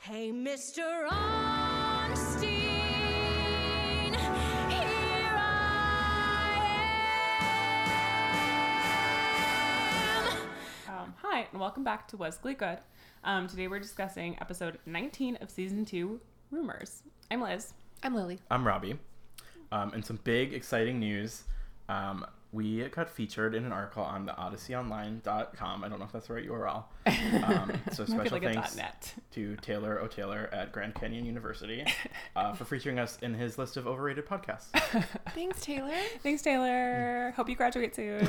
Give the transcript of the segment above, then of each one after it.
Hey, Mr. Onstein, here I am. Um, hi, and welcome back to Was Glee Good. Um, today we're discussing episode 19 of season 2, Rumors. I'm Liz. I'm Lily. I'm Robbie. Um, and some big, exciting news. Um, we got featured in an article on the odysseyonline.com. I don't know if that's the right URL. Um, so I special feel like a dot thanks .net. to Taylor O'Taylor at Grand Canyon University uh, for featuring us in his list of overrated podcasts. Thanks, Taylor. Thanks, Mm. Taylor. Hope you graduate soon.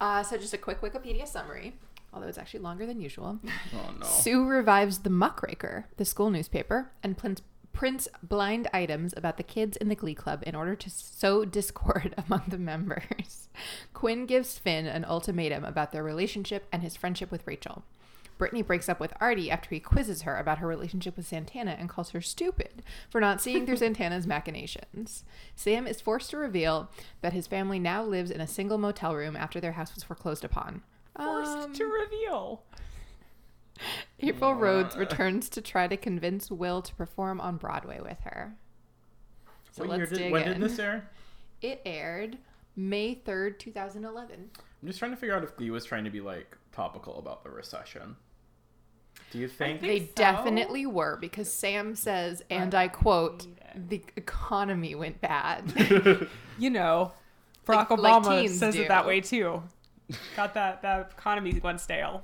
Uh, so, just a quick Wikipedia summary, although it's actually longer than usual. Oh no. Sue revives The Muckraker, the school newspaper, and prints, prints blind items about the kids in the Glee Club in order to sow discord among the members. Quinn gives Finn an ultimatum about their relationship and his friendship with Rachel. Brittany breaks up with Artie after he quizzes her about her relationship with Santana and calls her stupid for not seeing through Santana's machinations. Sam is forced to reveal that his family now lives in a single motel room after their house was foreclosed upon. Forced Um, to reveal. April Rhodes returns to try to convince Will to perform on Broadway with her. So year let's did, dig when in. did this air? It aired May 3rd, 2011. I'm just trying to figure out if Glee was trying to be like topical about the recession. Do you think- think? They so? definitely were because Sam says, and I quote, hate the economy went bad. You know, Barack Like- like Obama teens says do. it that way too. Got that, that economy went stale.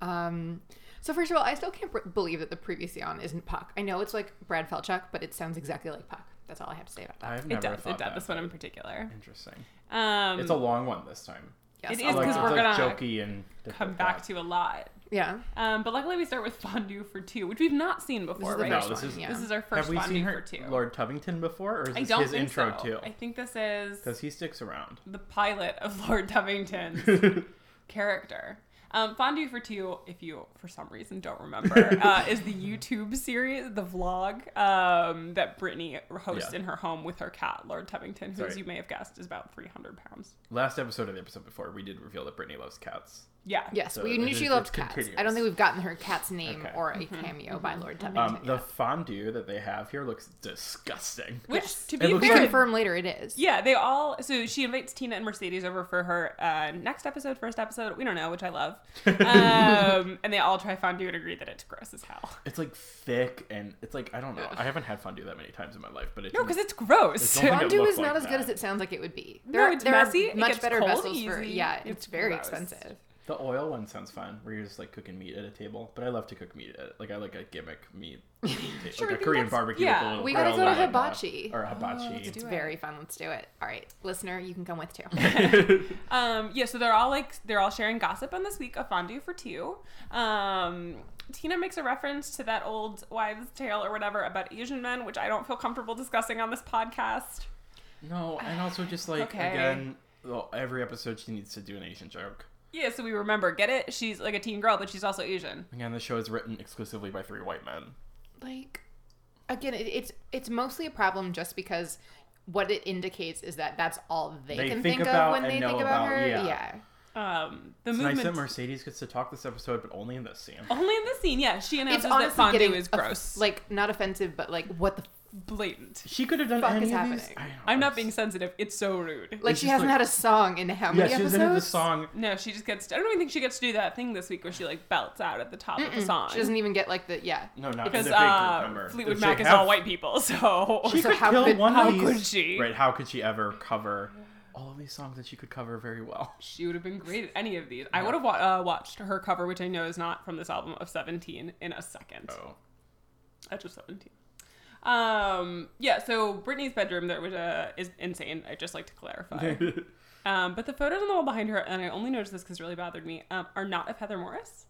um, so, first of all, I still can't br- believe that the previous Eon isn't Puck. I know it's like Brad Felchuk, but it sounds exactly like Puck. That's all I have to say about that. I've It never does. thought It does. that. This one in particular. Interesting. Um, It's a long one this time. Yes, It I'll is let Like, 'cause it's, you- we're like, gonna jokey and come back to a lot. Yeah. Um, but luckily, we start with Fondue for Two, which we've not seen before, is the right? first No, this one, is- yeah. This is our first Have we Fondue seen for her, Two. Lord Tuvington before, or is I this don't his think intro so. too? I think this is Because he sticks around. the pilot of Lord Dovington's character. Um, Fondue for Two, if you for some reason don't remember, uh, is the YouTube series, the vlog um, that Brittany hosts Yeah. in her home with her cat, Lord Tubington, who, as Sorry. you may have guessed, is about 300 pounds. Last episode of the episode before, we did reveal that Brittany loves cats. Yeah. Yes, So we it- knew she it- loved it cats. I don't continues. think we've gotten her cat's name Okay. or Mhm. a cameo by Lord Tubman. Um, The fondue that they have here looks disgusting. Which, Yes. to It be looks we fair, like- confirm later it is. Yeah, they all. So she invites Tina and Mercedes over for her uh, next episode, first episode. We don't know, which I love. Um, and they all try fondue and agree that it's gross as hell. It's like thick and it's like I don't know. I haven't had fondue that many times in my life, but it No, because it's gross. It's only- it Fondue looked is not like as good that. as it sounds like it would be. No, it's messy, it gets cold for. easy, Yeah, it's, it's very gross. expensive. the oil one sounds fun, where you're just like cooking meat at a table. But I love to cook meat at like I like a gimmick meat, Sure, I like think a Korean that's- barbecue. yeah. with a little We gotta grill go to and, uh, hibachi. or a hibachi. Oh, do It's it. very fun. Let's do it. All right, listener, you can come with too. um, yeah, so they're all like they're all sharing gossip on this week of fondue for two. Um, Tina makes a reference to that old wives' tale or whatever about Asian men, which I don't feel comfortable discussing on this podcast. no, and also just like Okay. again, well, every episode she needs to do an Asian joke. Yeah, so we remember, get it? She's like a teen girl, but she's also Asian. Again, the show is written exclusively by three white men. like, again, it, it's it's mostly a problem just because what it indicates is that that's all they, They can think think, about of when and they know think about, about her. yeah. Um, the It's movement. nice that Mercedes gets to talk this episode, but only in this scene. Only in this scene, yeah, she It's announces that honestly fondue getting is off- gross, like like not offensive, but like what the blatant. She could have done Fuck any is of these- happening? I know, I'm not it's- being sensitive. It's so rude. like It's she just hasn't like- had a song in how Yeah, many she was episodes? into the song. no, she just gets. I don't even think she gets to do that thing this week where she like belts out at the top of the song. She doesn't even get like the yeah. No, not because in the big group uh, number. Fleetwood She Mac is have- all white people, so She So could how kill could- one how of these. could she? Right? How could she ever cover all of these songs that she could cover very well? she would have been great at any of these. I would have wa- uh, watched her cover, which I know is not from this album of Seventeen, in a second. Oh, Edge of Seventeen. Um, yeah. So Britney's bedroom there was uh, is insane. I would just like to clarify. um, but the photos on the wall behind her, and I only noticed this because it really bothered me, um, are not of Heather Morris.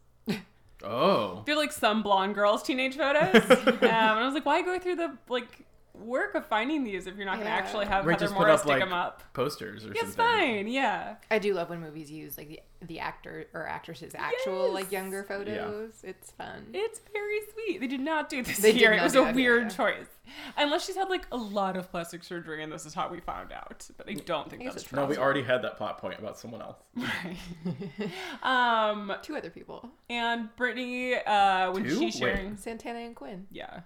oh, They're like some blonde girl's teenage photos. um, and I was like, why go through the like work of finding these if you're not going to Yeah. actually have Right, Heather just put Morris up stick like them up. posters or Yeah, It's something. fine. Yeah. I do love when movies use like the the actor or actress's actual like Yes. younger photos. It's fun. It's very sweet. They did not do this They did here. It not was do a that here, weird yeah. choice. Unless she's had like a lot of plastic surgery and this is how we found out. But I don't think I guess that's it's true. No, we already had that plot point about someone else. Um, Two other people, and Brittany, uh, when Two? she's sharing, Wait. Santana and Quinn. yeah,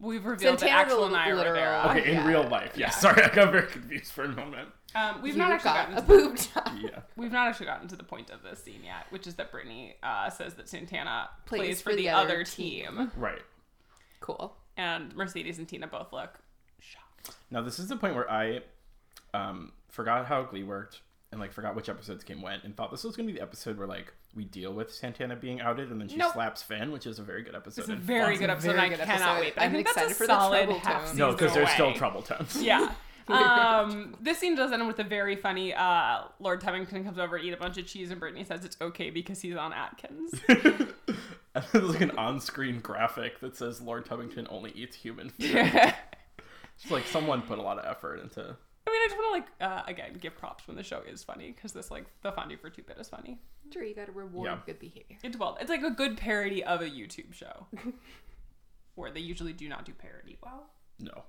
we've revealed that Santana actual the and I literal- Rivera. Okay, in yeah. real life. Yeah, sorry, I got very confused for a moment. Um, we've You not actually got gotten a to boob job. Yeah. We've not actually gotten to the point of this scene yet, which is that Brittany uh, says that Santana plays, for, the, other, team. Right. Cool. and Mercedes and Tina both look shocked. Now this is the point where I um forgot how Glee worked and like forgot which episodes came when and thought this was gonna be the episode where like we deal with Santana being outed and then she Nope. slaps Finn, which is a very good episode. It's a and very lots good of- episode. very and I good cannot episode. wait. But i I'm think excited that's a for the solid trouble half tone. season No, because there's still away. trouble tones. Yeah. Um, this scene does end with a very funny uh, Lord Tevington comes over, eat a bunch of cheese, and Brittany says it's okay because he's on Atkins. And there's like an on-screen graphic that says Lord Tubington only eats human food. It's like someone put a lot of effort into. I mean, I just want to, like, uh, again, give props when the show is funny because this, like, the Fondue for Two bit is funny. Sure, you got to reward Yeah. good behavior. It's well, it's like a good parody of a YouTube show where they usually do not do parody well. No,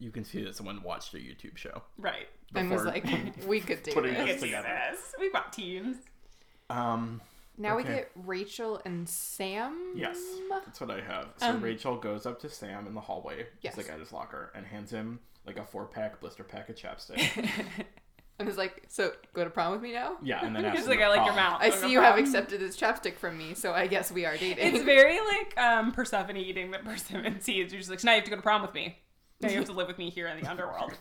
you can see that someone watched a YouTube show. Right. And was before like, we could do putting this. this together. Yes, We've got teams. Um, Now we Okay. get Rachel and Sam. yes, that's what I have. So Um, Rachel goes up to Sam in the hallway. Yes. He's like at his locker and hands him like a four-pack blister pack of chapstick. And is like, so go to prom with me now? yeah, and then asks He's him like, to I like your prom. mouth. I I'm see a you have problem. accepted this chapstick from me, so I guess we are dating. It's very like um, Persephone eating that Persephone seeds. You're just like, now you have to go to prom with me. Now you have to live with me here in the underworld.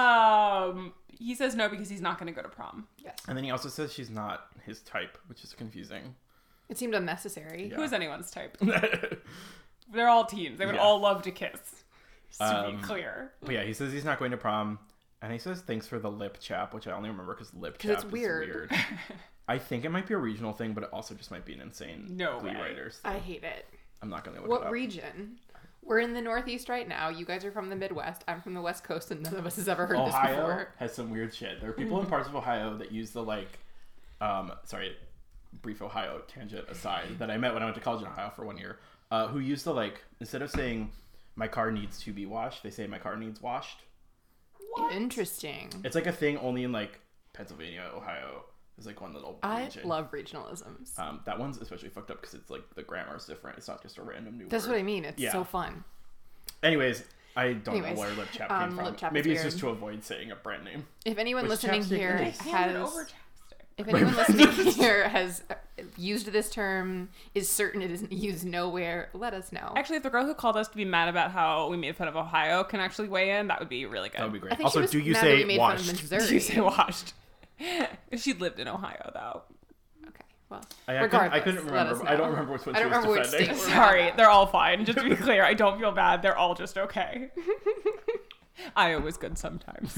Um, he says no because he's not going to go to prom. yes. And then he also says she's not his type, which is confusing. It seemed unnecessary. Yeah. Who is anyone's type? They're all teens. They would Yeah. all love to kiss. Just To Um, be clear, But yeah, he says he's not going to prom, and he says thanks for the lip chap, which I only remember because lip 'Cause chap it's is weird. weird. I think it might be a regional thing, but it also just might be an insane No Glee way. writers. I hate it. I'm not going to look it What up. region? We're in the Northeast right now. You guys are from the Midwest. I'm from the West Coast, and none of us has ever heard this Ohio before. Mm-hmm. has some weird shit. There are people in parts of Ohio that use the like, um, sorry, brief Ohio tangent aside that I met when I went to college in Ohio for one year, uh, who use the like instead of saying my car needs to be washed, they say my car needs washed. Interesting. It's like a thing only in like Pennsylvania, Ohio. There's like one little I region. love regionalisms. Um, that one's especially fucked up because it's like the grammar's different. It's not just a random new That's word. what I mean. It's yeah. so fun. Anyways, I don't Anyways, know where lip chap um, came from. lip chap is Maybe it's weird. just to avoid saying a brand name. If anyone Which listening chapstick here is- Handed has, over chapstick. if anyone listening here has uh, used this term, is certain it isn't used nowhere, let us know. Actually, if the girl who called us to be mad about how we made fun of Ohio can actually weigh in, that would be really good. That would be I great. think Also, she was do you mad that we say made fun washed? of them in Did you say Missouri. washed? she lived in Ohio, though. Okay, well, I, I, couldn't, regardless, I couldn't let remember. us I don't know. remember which one I she don't was remember which defending. state. Sorry, they're all fine. Just to be clear, I don't feel bad. They're all just okay. Iowa's good sometimes.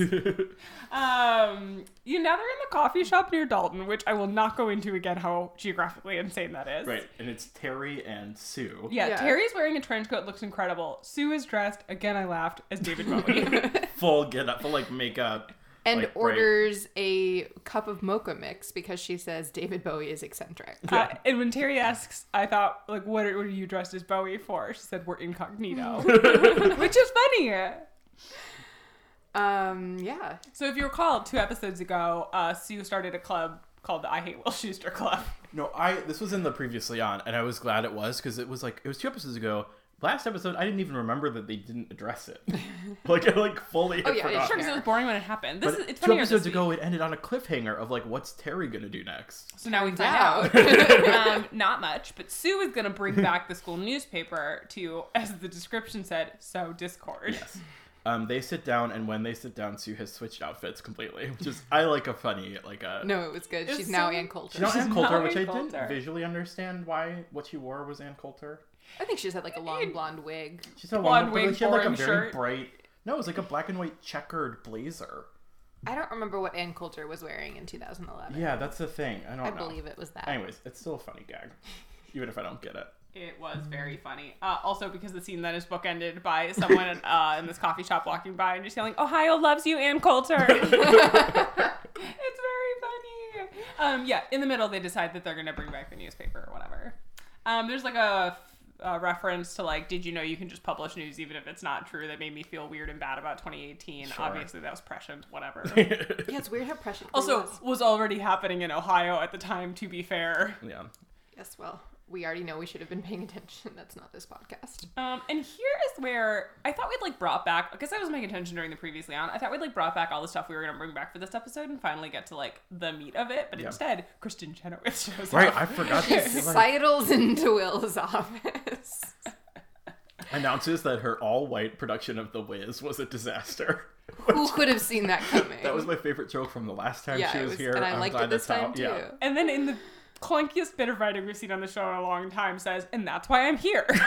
um, you know, they're in the coffee shop near Dalton, which I will not go into again how geographically insane that is. right, and it's Terry and Sue. Yeah, Yeah. Terry's wearing a trench coat, looks incredible. Sue is dressed, again, I laughed, as David Bowie. Full get up, full like makeup. and like, bright- orders a cup of mocha mix because she says David Bowie is eccentric. uh, and when Terry asks, I thought, like, what are, what are you dressed as Bowie for? She said, we're incognito, which is funny. Um, yeah, So if you recall, two episodes ago, uh, Sue started a club called the I Hate Will Schuster Club. No, I this was in the previously on, and I was glad it was because it was like it was two episodes ago. Last episode, I didn't even remember that they didn't address it. like I like fully. Oh, yeah, forgot. Sure, because it was boring when it happened. This But is it's two funnier this episodes week. ago, it ended on a cliffhanger of like, what's Terry gonna do next? So now we find out. out. um, not much, but Sue is going to bring back the school newspaper to, as the description said, sow discord. Yes. Um, they sit down, and when they sit down, Sue has switched outfits completely, which is I like a funny like a. no, it was good. It's She's now so- Ann Coulter. She's not Ann She's Coulter, not which Ann I Coulter. didn't visually understand why what she wore was Ann Coulter. I think she's had like a long blonde wig. She's had a Blonde long, but, wig, like, she had like a boring very shirt. bright. No, it was like a black and white checkered blazer. I don't remember what Ann Coulter was wearing in 2011. Yeah, that's the thing. I don't I know. believe it was that. Anyways, it's still a funny gag, even if I don't get it. It was very funny. Uh, also, because the scene then is bookended by someone uh, in this coffee shop walking by and just yelling, "Ohio loves you, Ann Coulter." it's very funny. Um, yeah, in the middle, they decide that they're gonna bring back the newspaper or whatever. Um, there's like a, a reference to like, "Did you know you can just publish news even if it's not true?" That made me feel weird and bad about 2018. Sure. Obviously, that was prescient. Whatever. Yeah, it's weird how prescient. Glee also, was. was already happening in Ohio at the time. To be fair. yeah. Yes, well, we already know we should have been paying attention. That's not this podcast. Um, and here is where I thought we'd like brought back because I was paying attention during the previously on. I thought we'd like brought back all the stuff we were gonna bring back for this episode and finally get to like the meat of it. But Yeah. instead, Kristen Chenoweth shows Right, up. I forgot. This, like, Sidles into Will's office. announces that her all-white production of The Wiz was a disaster. Who could have seen that coming? That was my favorite joke from the last time yeah, she it was, was, here. and I I'm liked glad it this that's time how- too. yeah. And then in the clunkiest bit of writing we've seen on the show in a long time says, and that's why I'm here. right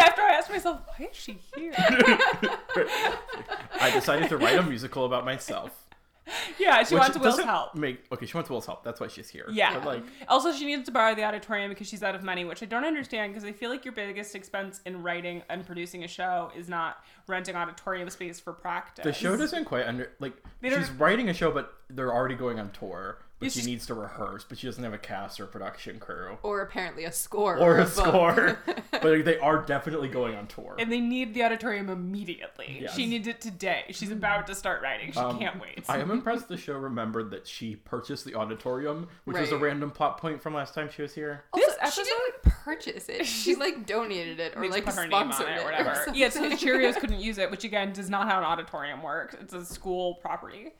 after I asked myself, why is she here? I decided to write a musical about myself. yeah, she which wants Will's doesn't help. Make okay, she wants Will's help. That's why she's here. Yeah. But, like Also, she needs to borrow the auditorium because she's out of money, which I don't understand because I feel like your biggest expense in writing and producing a show is not renting auditorium space for practice. the show doesn't quite under like They don't- she's writing a show, but they're already going on tour. But Yeah, she she's- needs to rehearse, but she doesn't have a cast or production crew Or apparently a score. or a book. score. but they are definitely going on tour. And they need the auditorium immediately. Yes. She needs it today. She's about to start writing. She Um, can't wait. I am impressed the show remembered that she purchased the auditorium, which was a Right. random plot point from last time she was here. Also, This she episode- didn't purchase it. She like donated it or Needs to like put her name on sponsored it or or whatever. something. yeah, so the Cheerios couldn't use it, which again does not how an auditorium works. It's a school property.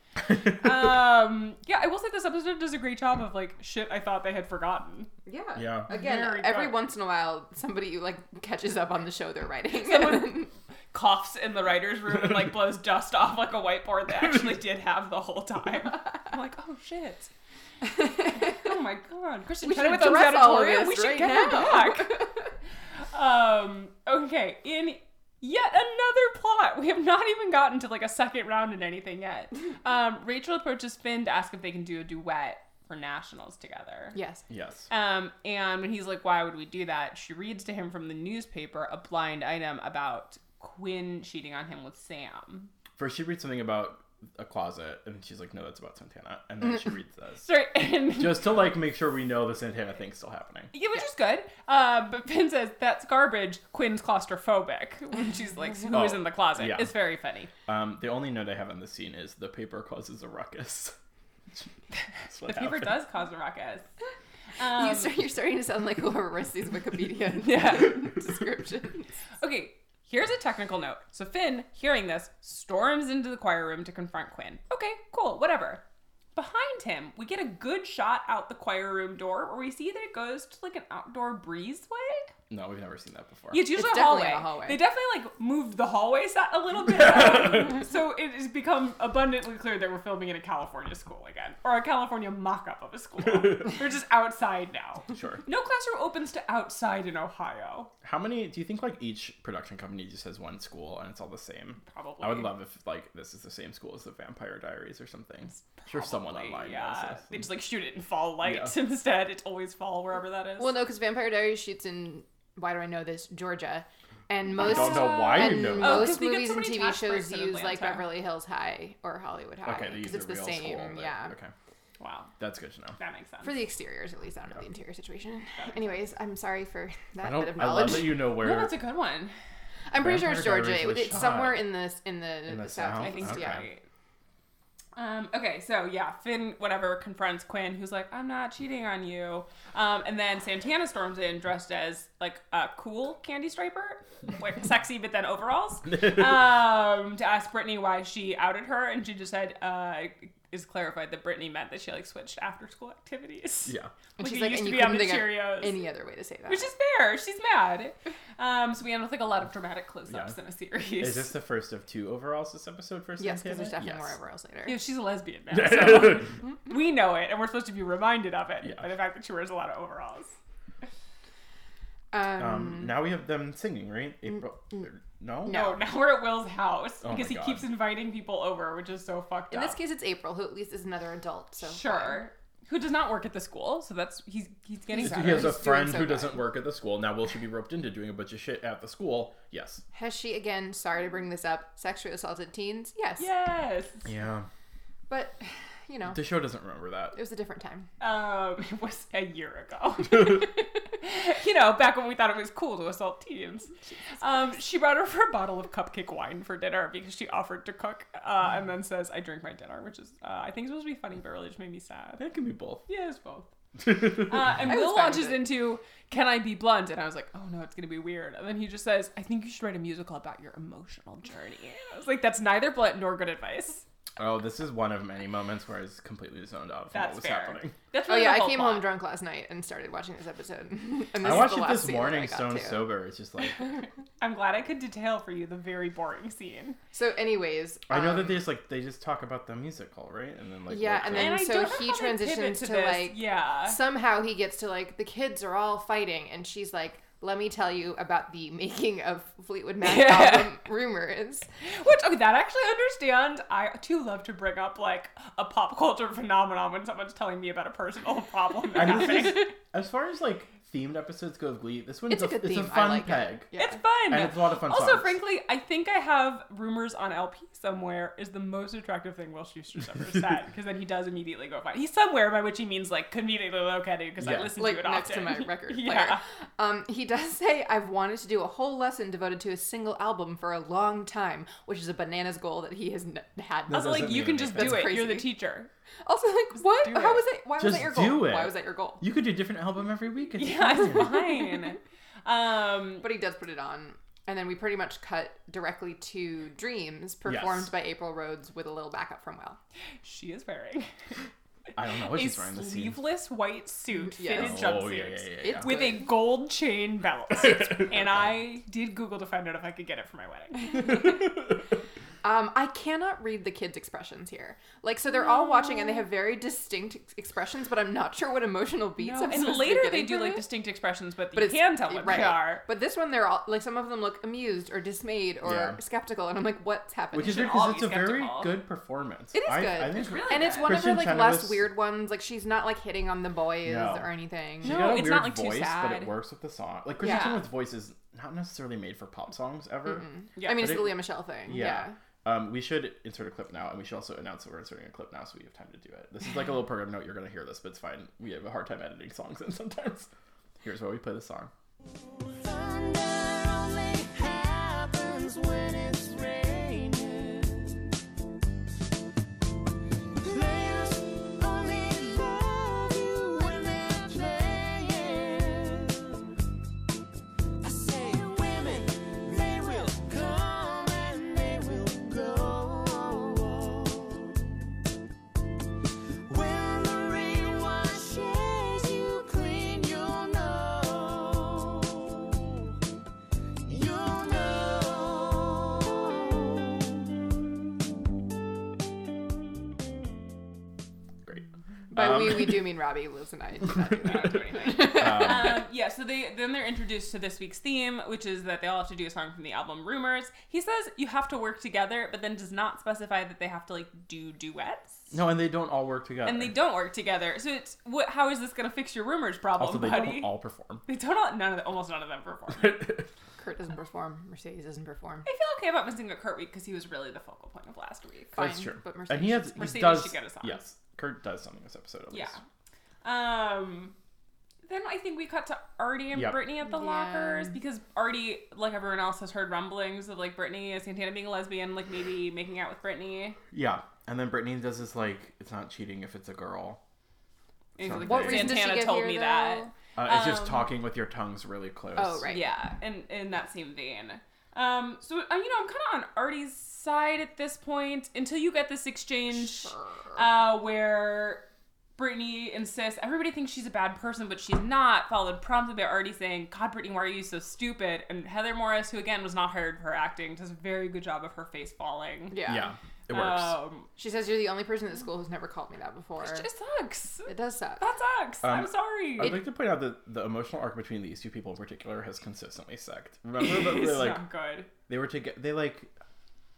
um, yeah, I will say this episode does a great job of like shit I thought they had forgotten. Yeah. Yeah. Again, Very every good. once in a while, somebody like catches up on the show they're writing. Someone coughs in the writer's room and like blows dust off like a whiteboard they actually did have the whole time. I'm like, oh shit. oh my god. Kristen We should Chenoweth owns address all of Auditorium. this We should right get now. her back. um, okay, in yet another plot. We have not even gotten to like a second round in anything yet. Um, Rachel approaches Finn to ask if they can do a duet for nationals together. yes. Yes. Um, and when he's like, "Why would we do that?" She reads to him from the newspaper a blind item about Quinn cheating on him with Sam. First, she reads something about a closet, and she's like, "No, that's about Santana." And then she reads this Sorry, and just to like make sure we know the Santana thing's still happening. yeah, which is good. Uh, but Finn says that's garbage. Quinn's claustrophobic when she's like, "Who is Oh, in the closet?" yeah. It's very funny. Um, the only note I have on this scene is the paper causes a ruckus. That's what The paper happened. does cause a ruckus. Um, you start, you're starting to sound like whoever writes these Wikipedia Yeah. descriptions. Okay, here's a technical note. So Finn, hearing this, storms into the choir room to confront Quinn. Okay, cool, whatever. Behind him, we get a good shot out the choir room door where we see that it goes to like an outdoor breezeway. No, we've never seen that before. Yeah, it's usually It's a, hallway. definitely a hallway. They definitely like moved the hallway set a little bit, out. so it has become abundantly clear that we're filming in a California school again, or a California mock-up of a school. They're just outside now. Sure. No classroom opens to outside in Ohio. How many do you think like each production company just has one school and it's all the same? Probably. I would love if like this is the same school as the Vampire Diaries or something. sure, someone Probably, online Yeah, knows they this. just like shoot it in fall lights Yeah. instead. It's always fall wherever that is. Well, no, because Vampire Diaries shoots in why do I know this Georgia, and most don't know why you and know that. Oh, 'cause most they get movies so and many TV tax shows breaks in use like Atlanta. Beverly Hills High or Hollywood High Okay, they use because it's the the real same. school. but- yeah, Okay, wow, that's good to know. that makes sense. for the exteriors at least. I don't know the interior situation. Anyways, I'm sorry for I that bit of don't. I love knowledge. that you know where. no, that's a good one. I'm pretty sure it's Vampire Georgia. Diaries was it's shot somewhere in the in the, in the south. South. I think Okay. yeah. Um, okay, so yeah, Finn, whatever, confronts Quinn, who's like, "I'm not cheating on you," um, and then Santana storms in dressed as like a cool candy striper, like sexy but then overalls, um, to ask Brittany why she outed her, and she just said, uh, "Is clarified that Brittany meant that she like switched after school activities." yeah. And Like she's it like, used and to you be on couldn't the think Cheerios. of any other way to say that. Which is fair. She's mad. Um, so we end with like a lot of dramatic close-ups Yeah. in a series. Is this the first of two overalls this episode for yes, Santana? because there's definitely Yes. more overalls later. Yeah, she's a lesbian now, so we know it, and we're supposed to be reminded of it Yeah. by the fact that she wears a lot of overalls. Um, Mm-hmm. um, now we have them singing, right? Mm, April. No. No, Oh, now we're at Will's house Oh my because he God. keeps inviting people over, which is so fucked in up. this case, it's April, who at least is another adult. So sure. who does not work at the school, so that's he's he's getting He better. has a doing friend so who bad. doesn't work at the school. Now, will she be roped into doing a bunch of shit at the school? Yes. Has she again? Sorry to bring this up. Sexually assaulted teens. Yes. yes. Yeah. But you know, The show doesn't remember that. it was a different time. Um, it was a year ago. you know, back when we thought it was cool to assault teens. Um, she brought over a bottle of cupcake wine for dinner because she offered to cook, uh, and then says, "I drink my dinner," which is uh, I think supposed to be funny, but really just made me sad. It can be both. Yeah, it's both. Uh, and Will fine with launches it. into "Can I be blunt?" and I was like, "Oh no, it's gonna be weird." And then he just says, "I think you should write a musical about your emotional journey." I was like, "That's neither blunt nor good advice." Oh, this is one of many moments where I was completely zoned out from That's what was fair. happening. That's Oh really yeah, the I whole came plot. home drunk last night and started watching this episode. And this I is watched the it last this scene that I morning, got stone to. sober. It's just like I'm glad I could detail for you the very boring scene. So, anyways, I know um, that they just like they just talk about the musical, right? And then like Yeah, work and on- then- I so don't know he how they pivot transitions to, this. like, yeah. somehow he gets to like the kids are all fighting and she's like let me tell you about the making of fleetwood mac Yeah. album rumors Which okay, that I actually understand. I too love to bring up like a pop culture phenomenon when someone's telling me about a personal problem. that And this happened. is, as far as like themed episodes go of Glee, this one's it's a good it's theme a fun i like peg. it yeah. It's fun. And it's a lot of fun Also, songs. frankly, I think I have rumors on LP somewhere is the most attractive thing Will Schuster's ever said because then he does immediately go find. He's somewhere by which he means like conveniently located because I Yeah. listen to like it next to often. my record player yeah. um, he does say i've wanted to do a whole lesson devoted to a single album for a long time which is a bananas goal that he has n- had That Also, like doesn't you mean can just do anything. it. That's You're the crazy. teacher. also like what do how it. was it why was Just that your goal do it. why was that your goal You could do a different album every week. It's Yeah, fine. it's fine. Um, but he does put it on and then we pretty much cut directly to dreams performed Yes. by april rhodes with a little backup from will she is wearing I don't know what a she's wearing this season. sleeveless white suit, fitted Yes. jumpsuit. Oh yeah, yeah, yeah. yeah. It's With a gold chain belt, and I did Google to find out if I could get it for my wedding. Um, I cannot read the kids' expressions here. Like, so they're all watching and they have very distinct ex- expressions, but I'm not sure what emotional beats. I'm and supposed to be later they getting do from like it. distinct expressions, but, But you it's- can tell what right. they are. But this one, they're all like some of them look amused or dismayed or Yeah. skeptical, and I'm like, what's happening? Which is should weird all because it's be a very skeptical. good performance. It is I, good. I think It's really and it's good. one Kristen of her like Chenoweth- less weird ones. Like she's not like hitting on the boys No. or anything. She No, got a it's weird not, like, too voice, but sad. it works with the song. Like Kristen Yeah. Chenoweth's voice is not necessarily made for pop songs ever. Yeah. I mean, it's But the it- Leah Michelle thing. Yeah. Yeah. Um, we should insert a clip now, and we should also announce that we're inserting a clip now, so we have time to do it. This is like a little program note. You're gonna hear this, but it's fine. We have a hard time editing songs, and sometimes here's why we play the song. Thunder only happens when it's raining. Players only love you when they're playing. I say women, they will come and they will go. When the rain washes you clean, you'll know. You'll know. Great. By Um, we, we do mean Robbie, Liz, and I. did Mm, not do that. um, yeah, so they then they're introduced to this week's theme, which is that they all have to do a song from the album Rumors. He says you have to work together, but then does not specify that they have to like do duets. No, and they don't all work together. And they don't work together. So it's what how is this gonna fix your rumors problem, Also, they buddy? don't all perform. they don't all, none of the, almost none of them perform. I Kurt doesn't perform. Mercedes doesn't perform. feel okay about missing a Kurt week because he was really the focal point of last week. Fine, That's true. But Mercedes and he has he Mercedes does should get a song. yes. Kurt does something this episode at Yeah. least. Um then I think we cut to Artie and Yep. Brittany at the Yeah. lockers because Artie, like everyone else, has heard rumblings of like Brittany and Santana being a lesbian, like maybe making out with Brittany. Yeah. And then Brittany does this like it's not cheating if it's a girl. And he's like, What reason does she Santana get told here, me though? that. Uh, it's Um, just talking with your tongues really close. Oh, right. Yeah, and in that same vein. Um, so uh, you know, I'm kind of on Artie's side at this point until you get this exchange uh, where Brittany insists everybody thinks she's a bad person, but she's not. Followed promptly by Artie saying, "God, Brittany, why are you so stupid?" And Heather Morris, who again was not hired for her acting, does a very good job of her face falling. Yeah. Yeah. It works. Um, She says you're the only person at school who's never called me that before. it just sucks. It does suck. That sucks. Um, I'm sorry. I'd like to point out that the emotional arc between these two people in particular has consistently sucked. Remember that they it's like not good. they were together. They like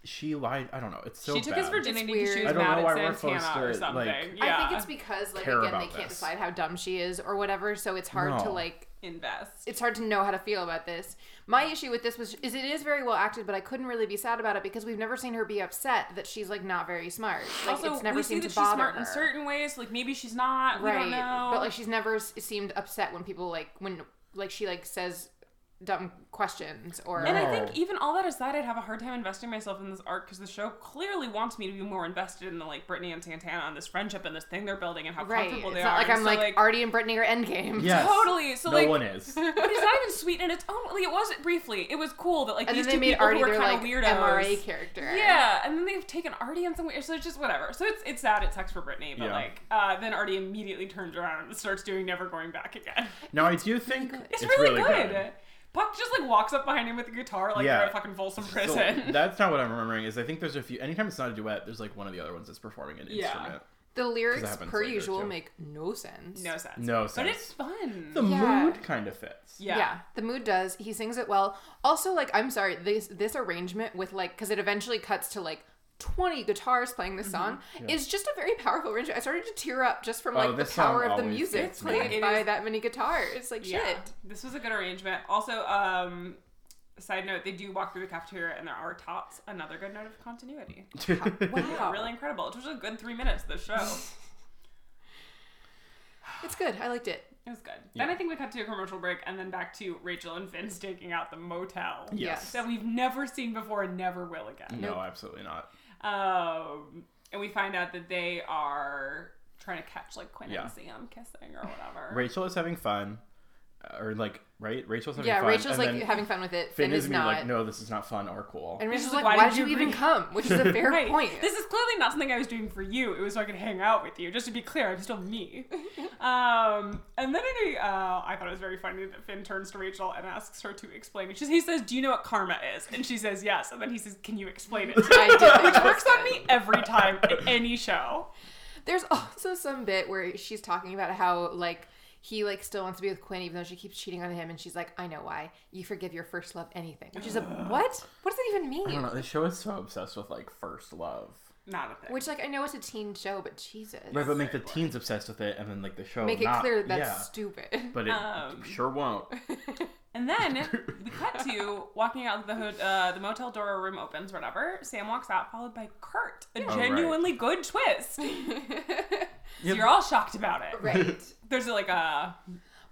she lied. I don't know. It's so she took bad. his virginity because she weird. was I don't mad know at why we're Santana supposed or to, something. like- yeah. I think it's because like Care again they about can't this. decide how dumb she is or whatever, so it's hard to No. like invest. it's hard to know how to feel about this. My issue with this was is it is very well acted, but I couldn't really be sad about it because we've never seen her be upset that she's like not very smart. Like also, it's never we see seemed that to she's bother smart her. in certain ways. Like maybe she's not. We right, don't know. but like she's never s- seemed upset when people like when like she like says dumb questions or and I No. think even all that aside, I'd have a hard time investing myself in this arc because the show clearly wants me to be more invested in the like Brittany and Santana and this friendship and this thing they're building and how right. It's comfortable not they are. like And I'm so, like, Artie and Brittany are endgame. Yes. Totally. So no like, one is. but it's not even sweet in its own. Like, it was briefly. It was cool that like And these then two they made people Artie who were their kind like of weirdos. MRA character. Yeah, and then they've taken Artie in some way. So it's just whatever. So it's it's sad. It sucks for Brittany, but Yeah. like uh, then Artie immediately turns around and starts doing "Never Going Back Again." Now I do think It's, really, good. Puck just like walks up behind him with a guitar, like Yeah. they're at fucking Folsom So, Prison. that's not what I'm remembering. Is I think there's a few. Anytime it's not a duet, there's like one of the other ones that's performing an Yeah. instrument. The lyrics happens per later, usual too. make no sense. no sense. No But sense. it's fun. The Yeah. mood kind of fits. yeah. Yeah, the mood does. He sings it well. Also, like I'm sorry, this this arrangement with like because it eventually cuts to like 20 guitars playing this song Mm-hmm. is just a very powerful arrangement. I started to tear up just from Oh, like the this song power of the always music gets me. played It by is- that many guitars. Like Yeah. shit. This was a good arrangement. Also, um, side note, they do walk through the cafeteria and there are tots. Another good note of continuity. Wow, Really incredible. It was a good three minutes of the show. It it's good. I liked it. was good. Then I think we cut to a commercial break and then back to Rachel and Finn staking out the motel. Yes. That we've never seen before and never will again. No, absolutely not. Um, and we find out that they are trying to catch like Quinn Yeah. and Sam kissing or whatever. Rachel is having fun, uh, or like right? Rachel's having Yeah, fun. and Rachel's like then having fun with it. Finn Finn is being not. like, no, this is not fun or cool. And Rachel's Rachel's like, like, why did you even bring- come? Which is a fair Right. point. This is clearly not something I was doing for you. It was so I could hang out with you. Just to be clear, I'm still me. um, and then in a, uh, I thought it was very funny that Finn turns to Rachel and asks her to explain it. She, he says, "Do you know what karma is?" And she says, "Yes." And then he says, "Can you explain it?" to me?" I did. Which Works on me every time in any show. There's also some bit where she's talking about how like he like still wants to be with Quinn even though she keeps cheating on him and she's like, I know why. You forgive your first love anything. Which is a what? What does that even I don't mean? know. The show is so obsessed with like first love. Not a thing. Which like I know it's a teen show, but Jesus. Right, but make the teens obsessed with it, and then like the show Make it not- clear that that's yeah, stupid. but it Um, sure won't. And then we cut to walking out the hood, uh, the motel door room opens, whatever. Sam walks out, followed by Kurt. A right. genuinely good twist. so you're all shocked about it. right. There's like a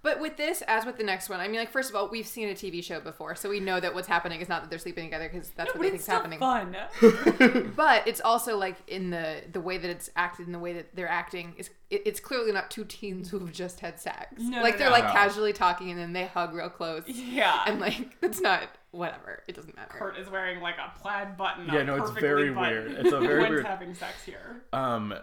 But with this, as with the next one, I mean like first of all, we've seen a TV show before, so we know that what's happening is not that they're sleeping together because that's what but they it's still think's happening. fun. But it's also like in the the way that it's acted and the way that they're acting is it, it's clearly not two teens who've just had sex. No, like no, they're no. like No. casually talking and then they hug real close. yeah. And like it's not whatever. It doesn't matter. Kurt is wearing like a plaid button. Yeah, no, it's very weird. It's a very When's weird- having sex here? Um,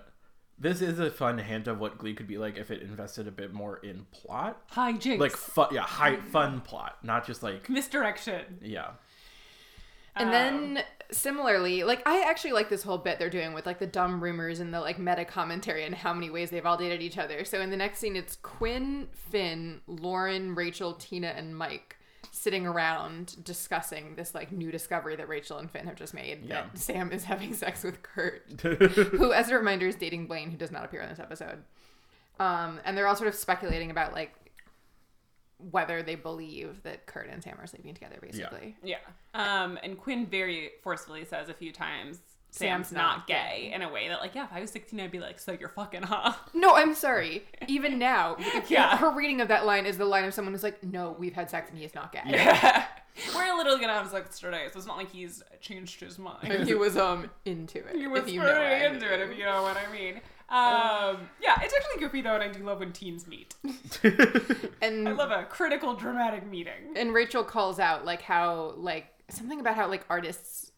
this is a fun hint of what Glee could be like if it invested a bit more in plot, Hi, Jinx. like fun, yeah, high Mm-hmm. fun plot, not just like misdirection. yeah. And then similarly, like I actually like this whole bit they're doing with like the dumb rumors and the like meta commentary and how many ways they've all dated each other. So in the next scene, it's Quinn, Finn, Lauren, Rachel, Tina, and Mike sitting around discussing this like new discovery that Rachel and Finn have just made Yeah. that Sam is having sex with Kurt, who, as a reminder, is dating Blaine, who does not appear in this episode. Um, and they're all sort of speculating about like whether they believe that Kurt and Sam are sleeping together, basically. Yeah. Um, and Quinn very forcefully says a few times. Sam's, Sam's not, not gay in a way that, like, yeah, if I was 16, I'd be like, so you're fucking, huh? No, I'm sorry. Even now, if- Yeah. her reading of that line is the line of someone who's like, "No, we've had sex and he is not gay." We're a little gonna have sex today, so it's not like he's changed his mind. And he was um into it. He was if you know what very I into it, mean. if you know what I mean. Um, yeah, it's actually goofy though, and I do love when teens meet. I And love a critical, dramatic meeting. and Rachel calls out like how like something about how like artists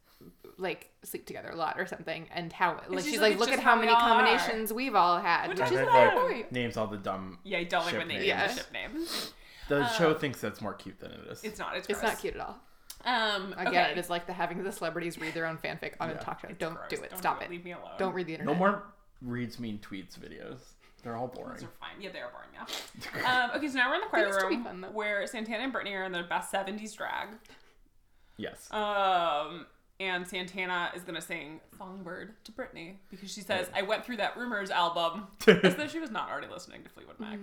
like sleep together a lot or something, and how like she's she's, like, like, "It's "Look just at how how we many all are." combinations we've all had," which, is is And a then, fair bad. like, point. names all the dumb. Yeah, I don't like Ship when they names. name the Yes. ship names. The show thinks that's more cute than it is. It's not. It's, Uh, It's gross. not cute at all. Um, I okay. get it. It's like the having the celebrities read their own fanfic on a talk show. Don't Gross. do it. Stop it. Leave me alone. Don't read the internet. no more reads mean tweets videos. They're all boring. Those are fine. Yeah, they are boring. Yeah. um, okay, so now we're in the choir used to be room fun, though. Uh, where Santana and Brittany are in their best '70s drag. Yes. Um, and Santana is gonna sing "Songbird" to Britney because she says, "I went through that Rumors album," as though she was not already listening to Fleetwood Mm. Mac.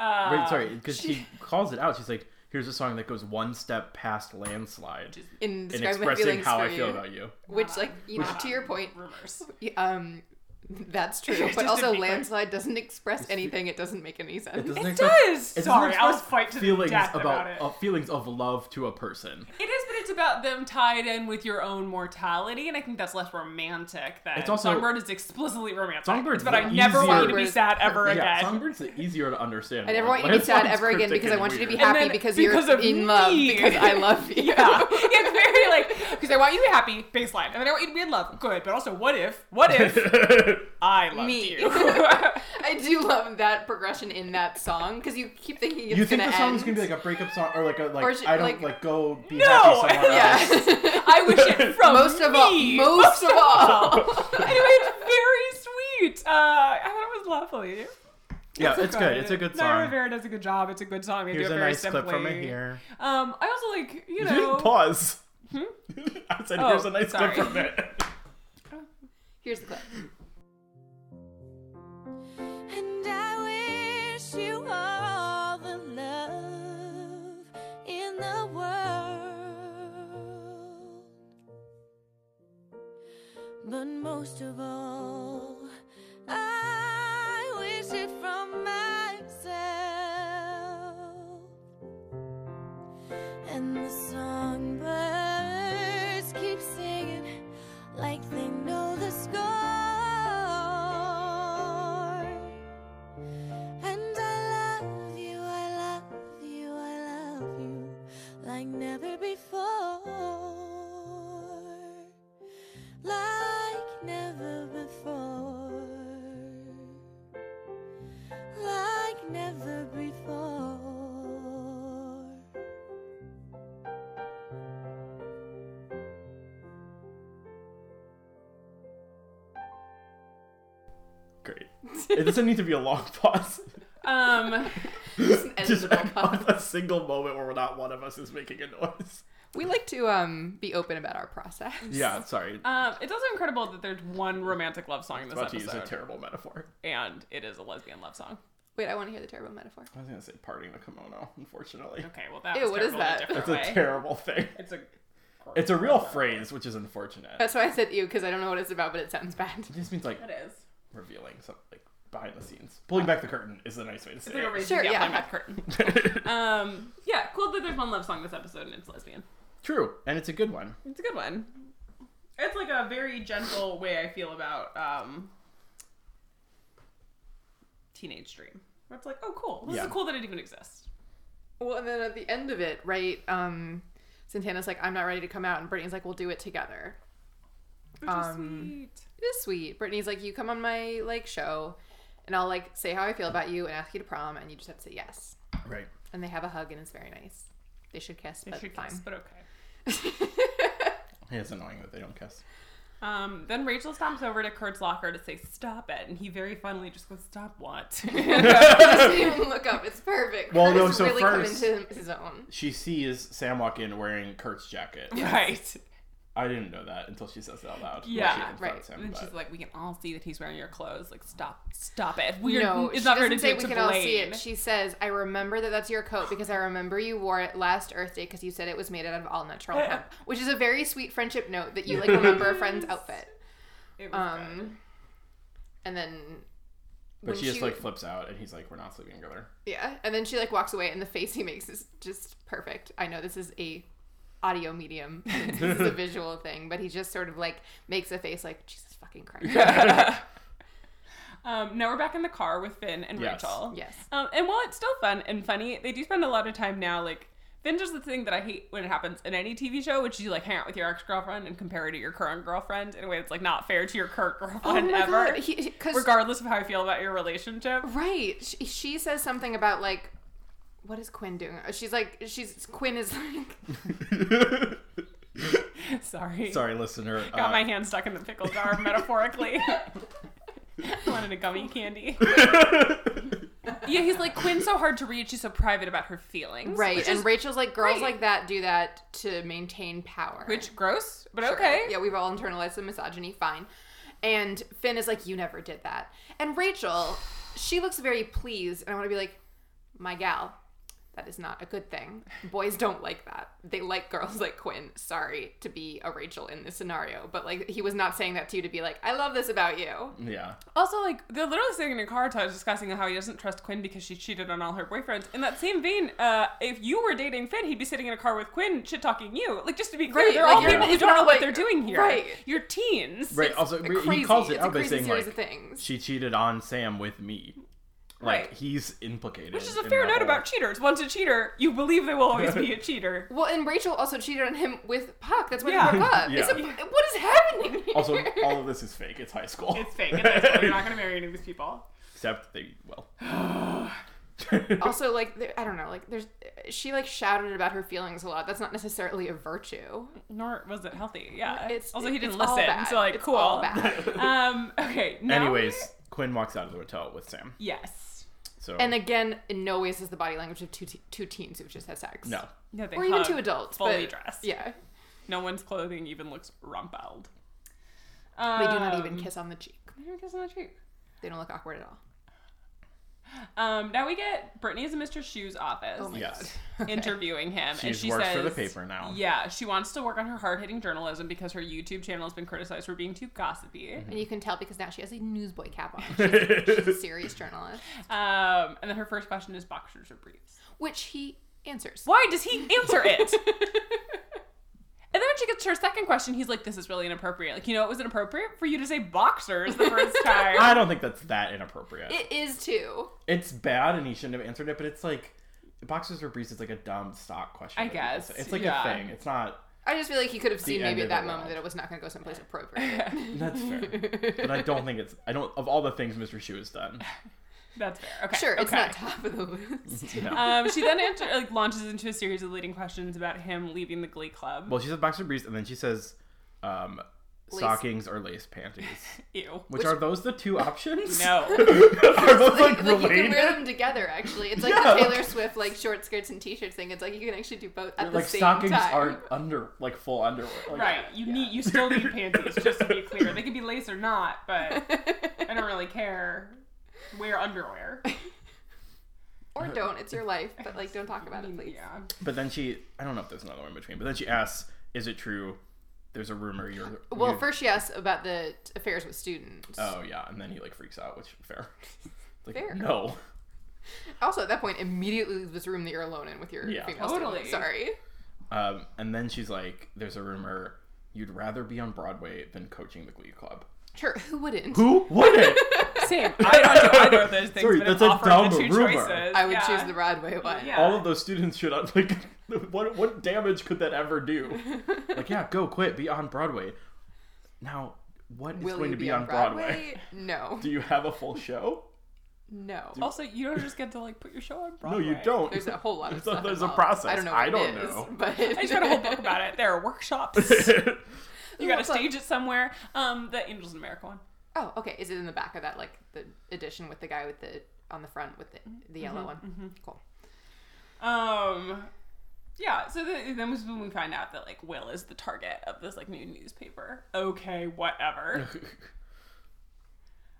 Uh, Wait, sorry, because she... calls it out. She's like, "Here's a song that goes one step past landslide Just- in in describing my expressing feelings how for I feel you, about you." which, like, you know, to your point, Rumors. um, that's true. Just But to also, be clear. landslide doesn't express anything. It doesn't make any sense. doesn't It express- does! doesn't Sorry, I'll express fight to the feelings death about about it. of feelings of love to a person. It is, but it's about them tied in with your own mortality, and I think that's less romantic than It's also- Songbird is explicitly romantic. Songbird's but I the never want you to be easier- sad ever again. Yeah, Songbird's the easier to understand. I never one. want you to be sad Landslide's ever again cryptic because I and want you to be weird. happy then because, because you're of in love me. because I love you. Yeah. it's very like because I want you to be happy, baseline, and then I want you to be in love, good. But also, what if? What if I loved Me. you? I do love that progression in that song because you keep thinking it's you think gonna the song's gonna end. be like a breakup song or like a like Or is it I don't like- like, go be No! happy somewhere yeah. else. I wish it from most of all, me. most of all. anyway, it's very sweet. Uh, I thought it was lovely. Yeah, it's Okay. good. It's a good Nara song. Rivera does a good job. It's a good song. They Here's do it a very nice simply. clip from it here. Um, I also like you You know. Hmm? didn't pause. I said, Oh, "Here's a nice sorry. clip from it." Here's the clip. And I wish you all the love in the world. But most of all, I wish it from myself. And the songbirds keep singing like they know the score. And I love you, I love you, I love you like never before. Like never before. Like never before. Great. It doesn't need to be a long pause. Um, editable Just a, pause. a single moment where not one of us is making a noise. We like to um be open about our process. Yeah, sorry. um, it's also incredible that there's one romantic love song in this about to use a episode, terrible metaphor. and it is a lesbian love song. Wait, I want to hear the terrible metaphor. I was gonna say parting the kimono. Unfortunately, Okay, well that Ew, was what is terrible in a that? different it's a way. terrible thing. it's a It's a real phrase, which is unfortunate. That's why I said you because I don't know what it's about, but it sounds bad. It just means like it is. revealing something, like behind the scenes. Pulling back the curtain is a nice way to say It's like a it. reason Sure, yeah, yeah. play Matt Curtin. um, yeah, cool that there's one love song this episode and it's lesbian. True, and it's a good one. It's a good one. It's like a very gentle way I feel about um, teenage dream. Where It's like, oh, cool. This Yeah. is cool that it even exists. Well, and then at the end of it, right? Um, Santana's like, "I'm not ready to come out," and Brittany's like, "We'll do it together." Which is Um, sweet. It is sweet. Brittany's like, "You come on my like show, and I'll like say how I feel about you and ask you to prom, and you just have to say yes." Right. And they have a hug, and it's very nice. They should kiss, They but should fine. kiss, but okay. It is annoying that they don't kiss. Um, then Rachel stomps over to Kurt's locker to say, stop it. And he very funnily just goes, stop what? Doesn't even look up. It's perfect. Well, no, Curtis so really first- come into his own. She sees Sam walk in wearing Kurt's jacket. right. I didn't know that until she says it out loud. Well, she Yeah, confronts right. him, And then but- she's like, we can all see that he's wearing your clothes. Like, stop. Stop it. We're, no, it's she not fair to doesn't do say it we to can Blaine. all see it. She says, "I remember that that's your coat because I remember you wore it last Earth Day because you said it was made out of all natural hemp," which is a very sweet friendship note that you like remember a friend's outfit. It was good. Um, and then but when she just like flips out, and he's like, "We're not sleeping together." yeah, and then she like walks away, and the face he makes is just perfect. I know this is a audio medium, this is a visual thing, but he just sort of like makes a face like Jesus fucking Christ. Um, now we're back in the car with Finn and Yes. Rachel. Yes. Um, and while it's still fun and funny, they do spend a lot of time now like Finn does the thing that I hate when it happens in any TV show, which is you like hang out with your ex girlfriend and compare her to your current girlfriend in a way that's like not fair to your current oh girlfriend my ever. god, he, he- 'cause- regardless of how I feel about your relationship. Right. She, she says something about like, what is Quinn doing? She's like, she's Quinn is like, Sorry. Sorry, listener. Got uh, my hand stuck in the pickle jar metaphorically. I wanted a gummy candy. Yeah, he's like Quinn's so hard to read. She's so private about her feelings. Right. Which And is- Rachel's like, girls great. like that do that to maintain power. which gross, but Sure. okay. Yeah, we've all internalized the misogyny. Fine. And Finn is like, you never did that. And Rachel, she looks very pleased. And I want to be like, my gal, that is not a good thing. Boys don't like that. They like girls like Quinn. Sorry to be a Rachel in this scenario. But like, he was not saying that to you to be like, I love this about you. Yeah. Also, like they're literally sitting in a car talk discussing how he doesn't trust Quinn because she cheated on all her boyfriends. In that same vein, uh, if you were dating Finn, he'd be sitting in a car with Quinn, shit talking you. Like just to be clear, Right, they're like, all you're people not- who it's don't know not what like- they're doing here. right. You're teens. Right. Also, It's he calls it It's out a by crazy saying series like of things. she cheated on Sam with me. Like Right. he's implicated, Which is a in fair the note whole- about cheaters. Once a cheater, you believe they will always be a cheater. Well, and Rachel also cheated on him with Puck. That's why Yeah. they broke up. Yeah. It's a, what is happening? Here? Also, all of this is fake. It's high school. It's fake. It's high school. You're not going to marry any of these people. Except they well. Um, also like there, I don't know, like there's she like shouted about her feelings a lot. That's not necessarily a virtue. Nor was it healthy. Yeah. It's Uh, also, he didn't it's all listen. bad. So like, It's cool. all bad. Um. Okay. Now Anyways, Quinn walks out of the hotel with Sam. Yes. So and again, in no ways is the body language of two te- two teens who've just had sex. no, No, they or even hug two adults, fully but dressed. yeah, No one's clothing even looks rumpled. they do not even Um, kiss on the cheek. they don't kiss on the cheek. They don't look awkward at all. Um, now we get Brittany is in Mr. Shoe's office Oh my Yes. god. interviewing him, she and just she works says, for the paper now. "Yeah, she wants to work on her hard-hitting journalism because her YouTube channel has been criticized for being too gossipy." Mm-hmm. And you can tell because now she has a newsboy cap on. She's, she's a serious journalist, Um, and then her first question is boxers or briefs. which he answers. Why does he answer it? and then when she gets to her second question, he's like, "This is really inappropriate. Like, you know, it was inappropriate for you to say boxers the first I time." don't think that's that inappropriate. It is too. it's bad, and he shouldn't have answered it. But it's like boxers or briefs is like a dumb stock question. I that people guess, say. it's like yeah. a thing. It's not. I just feel like he could have seen end maybe of at the that moment world. that it was not going to go someplace appropriate. That's fair. but I don't think it's. I don't. Of all the things Mr. Shoe has done, That's fair. Okay, Sure, it's okay. not top of the list. no. um, she then answer, like launches into a series of leading questions about him leaving the Glee Club. well, she says boxer briefs, and then she says, um, Lace- stockings or lace panties. Ew. Which, are those the two options? No. are those like, like you related? can wear them together. Actually, it's like Yeah. the Taylor Swift like short skirts and t-shirts thing. It's like you can actually do both at the like same stockings time. aren't under like full underwear. Like, right. You need. You still need panties. Just to be clear, they could be lace or not, but I don't really care. Wear underwear. or don't. It's your life, but like don't talk about it, please. Mm, Yeah. But then she, I don't know if there's another one in between. But then she asks, "Is it true? There's a rumor you're." Well, you- first she asks about the t- affairs with students. Oh yeah, and then he like freaks out, which fair. It's like Fair. no, Also, at that point, immediately leave this room that you're alone in with your Yeah. female Totally. student. Sorry. um, and then she's like, "There's a rumor you'd rather be on Broadway than coaching the Glee Club." Sure. Who wouldn't? Who wouldn't? Same. I don't do either of those things. Sorry, but if that's a offered dumb the two rumor. choices, I would yeah. choose the Broadway one. Yeah. All of those students should like, what what damage could that ever do? Like yeah, go quit, be on Broadway. Now, what is Will going you to be, be, on Broadway? No. Do you have a full show? No. Also, you don't just get to like put your show on No, Broadway. you don't. There's a whole lot of There's a- stuff. there's a involved. process. I don't know. What I it don't is, know. But I just read a whole book about it. There are workshops. You got to What's up? stage it somewhere. Um, the Angels in America one. Oh, okay. Is it in the back of that, like the edition with the guy with the on the front with the, the yellow one? Cool. Um, yeah. So the, then was when we find out that like Will is the target of this like new newspaper. Okay, whatever.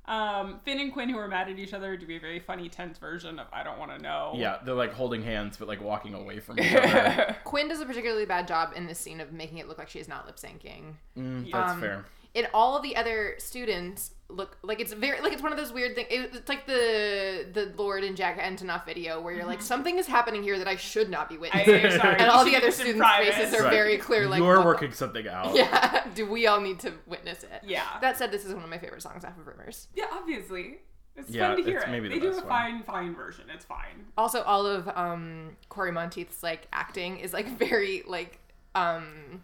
um, Finn and Quinn, who are mad at each other, do a very funny tense version of "I don't want to know." Yeah, they're like holding hands, but like walking away from each other. Quinn does a particularly bad job in this scene of making it look like she is not lip syncing. Mm, that's Um, fair. And all of the other students look like it's very like it's one of those weird things. It's like the the Lord and Jack Antonoff video where you're like something is happening here that I should not be I, witnessing. am sorry. and all the Keep other this in students' private. faces are Right. very clear. Like You're what the- working something out. Yeah. Do we all need to witness it? Yeah. That said, this is one of my favorite songs off of Rumors. Yeah, obviously. It's Yeah, fun to hear it's it. maybe the they do best a one. fine, fine version. It's fine. also all of um Corey Monteith's like acting is like very like um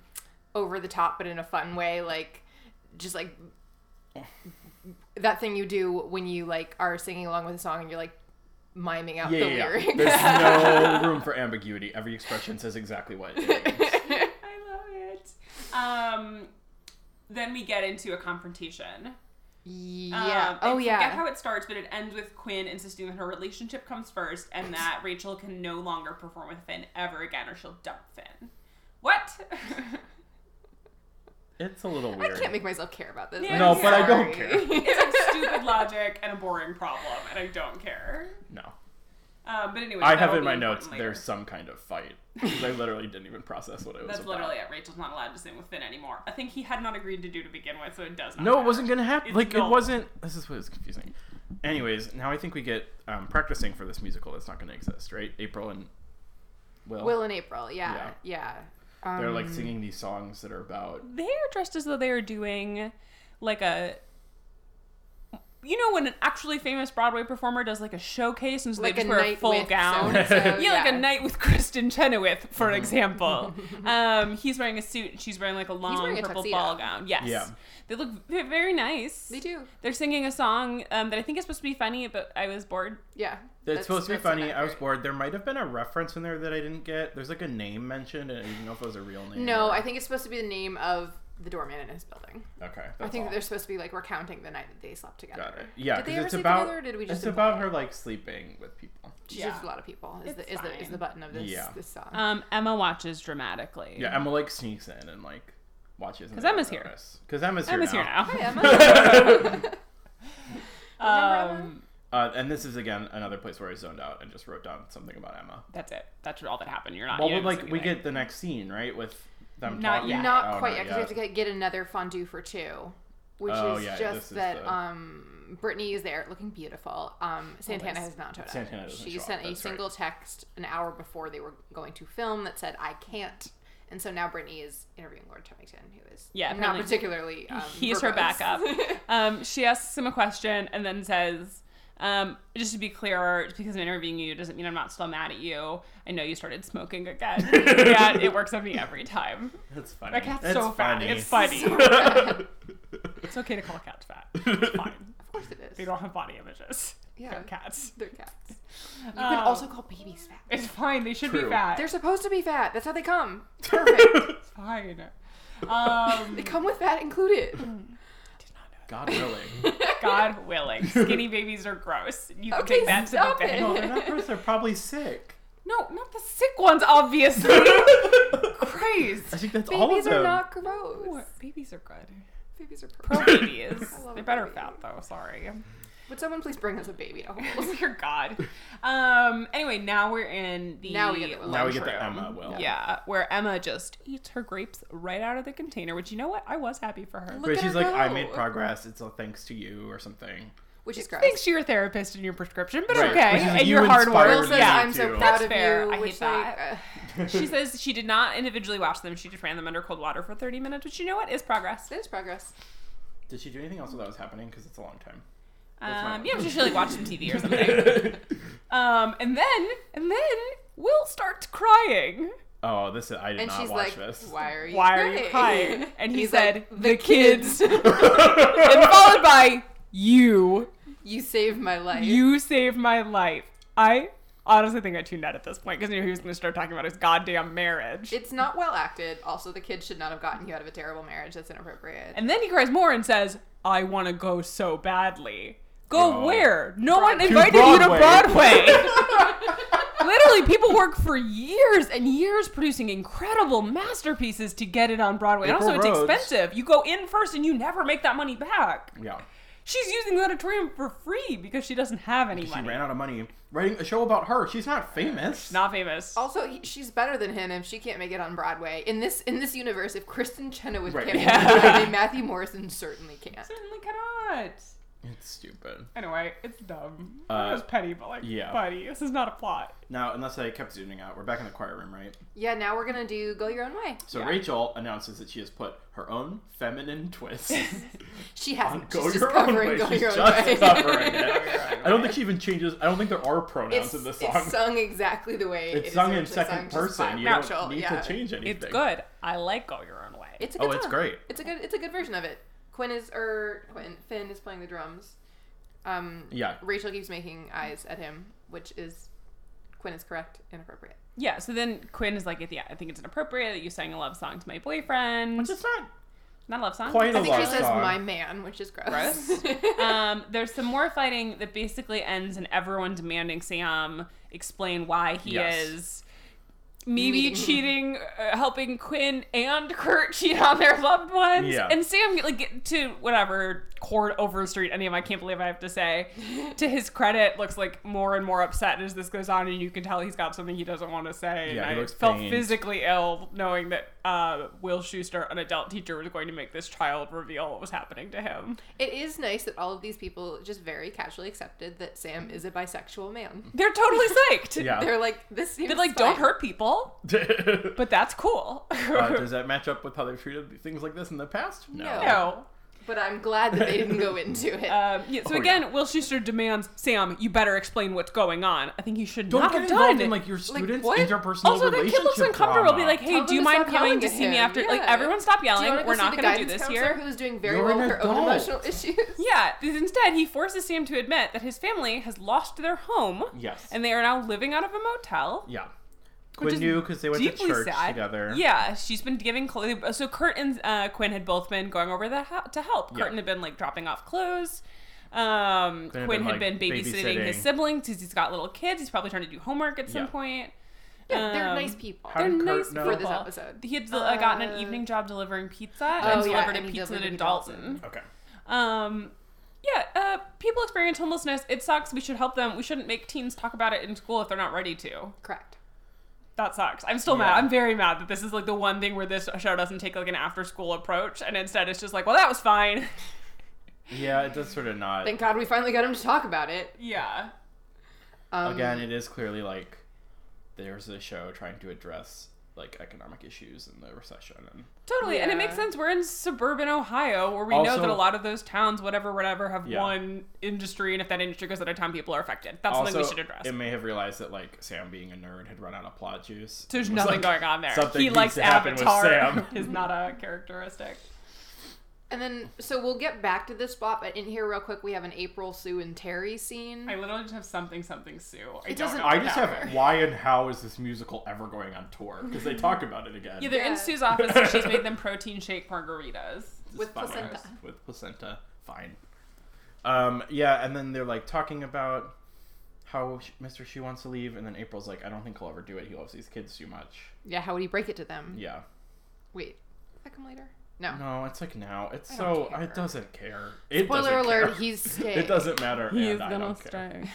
over the top but in a fun way like just like that thing you do when you like are singing along with a song and you're like miming out Yeah, the yeah, yeah. lyrics There's no room for ambiguity. Every expression says exactly what it means. I love it. Um, then we get into a confrontation Yeah. Um, I oh, forget yeah. how it starts, but it ends with Quinn insisting that her relationship comes first and that Rachel can no longer perform with Finn ever again or she'll dump Finn. What? It's a little I weird. can't make myself care about this. Yeah, no, I'm but I don't Sorry. care. it's like stupid logic and a boring problem, and I don't care. No. Um, but anyway, I that'll have in be my important notes later. there's some kind of fight. 'cause I literally didn't even process what it was That's about. literally it. Rachel's not allowed to sing with Finn anymore. A thing he had not agreed to do to begin with, so it does not. No, it matter. wasn't gonna happen. It's like not. it wasn't. This is what is confusing. Anyways, now I think we get um, practicing for this musical that's not gonna exist, right? April and Will. Will and April, yeah, Yeah. yeah. They're like Um, singing these songs that are about. They are dressed as though they are doing like a. You know when an actually famous Broadway performer does like a showcase and so like they a just wear a night full with gown. so-and-so, yeah, like a night with Kristen Chenoweth, for Mm-hmm. example. um, he's wearing a suit and she's wearing like a long wearing a purple tuxedo. ball gown. Yes. Yeah. They look v- very nice. They do. They're singing a song um, that I think is supposed to be funny, but I was bored. Yeah. It's that's- supposed to be that's what funny. I was heard. bored. There might have been a reference in there that I didn't get. There's like a name mentioned, and I didn't know if it was a real name. No, or- I think it's supposed to be the name of the doorman in his building. Okay. I that's think all. that they're supposed to be like recounting the night that they slept together. Got it. Yeah, Did they because ever it's sleep about together, or did we just it's imply about it? her like sleeping with people. She's Yeah. just with a lot of people. Is It's the, is the is fine. the button of this Yeah. this song? Um, Emma watches dramatically. Yeah, Emma like sneaks in and like watches. 'Cause Emma's here. Because Emma's here. Emma's now. here now. Hi, Emma. Remember Emma? Um, Uh, and this is again another place where I zoned out and just wrote down something about Emma. that's it. That's all that happened. You're not. Well, you but didn't like see we anything. get the next scene right with them Not talking. yet. Not Oh, quite yet, because we have yet. to get- get another fondue for two, which Oh, is yeah, this just is that the- um, Brittany is there looking beautiful. Um, Santana Always. has not showed up. Santana doesn't she show up, sent a that's right. single text an hour before they were going to film that said, "I can't." And so now Brittany is interviewing Lord Tumington, who is Yeah, not apparently particularly. Um, He is her verbose. backup. um, she asks him a question and then says, um, just to be clearer, just because I'm interviewing you doesn't mean I'm not still mad at you. I know you started smoking again. yeah, it works on me every time. That's funny. My cat's That's so funny. fat. It's funny. it's okay to call cats fat. It's fine. of course it is. They don't have body images. Yeah, They're cats. they're cats. You could Um, also call babies fat. It's fine. They should be True. fat. They're supposed to be fat. That's how they come. Perfect. It's fine. Um, they come with fat included. God willing. God willing, skinny babies are gross. You can Okay, take that to the stop bank. it. no, they're not gross. They're probably sick. No, not the sick ones, obviously. I Christ. think that's all of Babies them. are not gross. Ooh, babies are good. Babies are perfect. Pro babies. I love They're a better baby. fat though, sorry. Oh, Would someone please bring us a baby to hold? Dear God. Um anyway, now we're in the Now we get the- Now we get lunchroom. the Emma will. Yeah, where Emma just eats her grapes right out of the container, which you know what? I was happy for her. Look But at she's her like, I go. made progress. It's all thanks to you or something. Which is gross. Thanks to your therapist and your prescription, but Right. okay. Which is like, and you your hard inspired work. Will me says, to "I'm so do." proud That's of fair. you." I hate which, that. like, uh, she says she did not individually wash them. She just ran them under cold water for 30 minutes, which you know what is progress. that is progress. Did she do anything else while that was happening? Because it's a long time. That's Um, fine. yeah, I'm sure she like watched some TV or something. Um, and then, and then Will starts crying. oh, this is, I did And not she's watch like, this. "Why are you? Why are crying? you crying? And he He's said, like, "The kids," and followed by, "You, "You saved my life." you saved my life." I honestly think I tuned out at this point because I knew he was going to start talking about his goddamn marriage. It's not well acted. Also, the kids should not have gotten you out of a terrible marriage. That's inappropriate. and then he cries more and says, "I want to go so badly." Go Oh. where? No one To invited you to Broadway. Broadway. Literally, people work for years and years producing incredible masterpieces to get it on Broadway. April and also, Rhodes. it's expensive. You go in first and you never make that money back. yeah. She's using the auditorium for free because she doesn't have any She money. ran out of money writing a show about her. She's not famous. Not famous. also, he, she's better than him if she can't make it on Broadway. In this in this universe, if Kristen Chenoweth Right. can't, Yeah. make it on Broadway, Matthew Morrison certainly can't. Certainly cannot. It's stupid. Anyway, it's dumb. Uh, it was petty, but like, yeah. buddy, this is not a plot. Now, unless I kept zooming out, we're back in the choir room, right? Yeah, now we're gonna do "Go Your Own Way." So Yeah. Rachel announces that she has put her own feminine twist She on hasn't. "Go She's just Your Own covering Way." "Go She's Your just Own Way." covering it. I don't think she even changes. I don't think there are pronouns It's, in this it's song. sung exactly the way It's it is sung in originally sung, second just person. by You don't Rachel, need yeah. to change anything. It's good. I like Go Your Own Way. It's a Oh, good it's song. great. It's a good. It's a good version of it. Quinn is er. Quinn Finn is playing the drums. Um, Yeah. Rachel keeps making eyes at him, which is Quinn is correct, inappropriate. yeah, so then Quinn is like, yeah, I think it's inappropriate that you sang a love song to my boyfriend. It's not Not a love song. Quite a I think she love says song. my man, which is gross. Gross. um, there's some more fighting that basically ends in everyone demanding Sam explain why he Yes. is maybe Meeting. cheating, uh, helping Quinn and Kurt cheat on their loved ones, Yeah. and Sam like get to whatever cord over the street. Any of 'em, I can't believe I have to say. to his credit, looks like more and more upset as this goes on, and you can tell he's got something he doesn't want to say. Yeah, and he I looks felt pained. physically ill knowing that uh, Will Schuster, an adult teacher, was going to make this child reveal what was happening to him. It is nice that all of these people just very casually accepted that Sam is a bisexual man. They're totally psyched. Yeah. They're like, this seems They're like, fine. don't hurt people, but that's cool. uh, does that match up with how they've treated things like this in the past? No. no. But I'm glad that they didn't go into it. Um, yeah, so Oh, again, Will Schuster demands Sam, you better explain what's going on. I think he should Don't not get have involved done in like your students' what? interpersonal Also, that relationship kid looks uncomfortable. drama. Be like, hey, Tell do you them to mind stop coming yelling to at see me him. after? Like, Yeah. everyone stop Do you wanna yelling. go We're see not the going to do guidance this counselor here. Who's doing very You're well an with her own adult. emotional issues? Yeah, because instead he forces Sam to admit that his family has lost their home. Yes. And they are now living out of a motel. yeah. is Quinn knew because they went to Deeply church sad. together. Yeah, she's been giving clothes. So Kurt and uh, Quinn had both been going over the ho- to help. Yeah. Curtin had been like dropping off clothes. Um, Quinn had Quinn been, had been, like, babysitting, his babysitting. siblings because he's got little kids. He's probably trying to do homework at some Yeah. point. Yeah, they're Um, nice people. How They're did Kurt nice know? people. For this episode. He had uh, gotten Uh, an evening job delivering pizza Oh, and yeah, delivered and a he pizza delivered in to Dalton. Okay. Um, yeah, uh, people experience homelessness. It sucks. We should help them. We shouldn't make teens talk about it in school if they're not ready to. Correct. That sucks. I'm still Yeah. mad. I'm very mad that this is like the one thing where this show doesn't take like an after school approach and instead it's just like, well, that was fine. Yeah, it does sort of not. Thank God we finally got him to talk about it. yeah. Um, Again, it is clearly like there's a show trying to address like economic issues and the recession and Totally. And it makes Yeah. sense. We're in suburban Ohio where we know Also- that a lot of those towns, whatever, whatever, have Yeah. one industry. And if that industry goes out of town, people are affected. That's also something we should address. it may have realized that like Sam being a nerd had run out of plot juice. There's It was, nothing like, going on there. something He needs likes to happen with Avatar. Sam. is not a characteristic. And then, so we'll get back to this spot, but in here, real quick, we have an April, Sue, and Terry scene. I literally just have something, something, Sue. I It don't doesn't- know I what just happened. have why and how is this musical ever going on tour? Because they talk about it again. Yeah, they're Yeah. in Sue's office and she's made them protein shake margaritas. Just with fun ones. placenta. With placenta, fine. Um, yeah, and then they're like talking about how sh- Mr. She wants to leave, and then April's like, I don't think he'll ever do it. He loves these kids too much. yeah, how would he break it to them? Yeah. Wait, did that come later? No. No, it's like now. It's I don't so care. it doesn't care. It Spoiler doesn't alert, care. he's staying. It doesn't matter. He is and I gonna don't care. stay.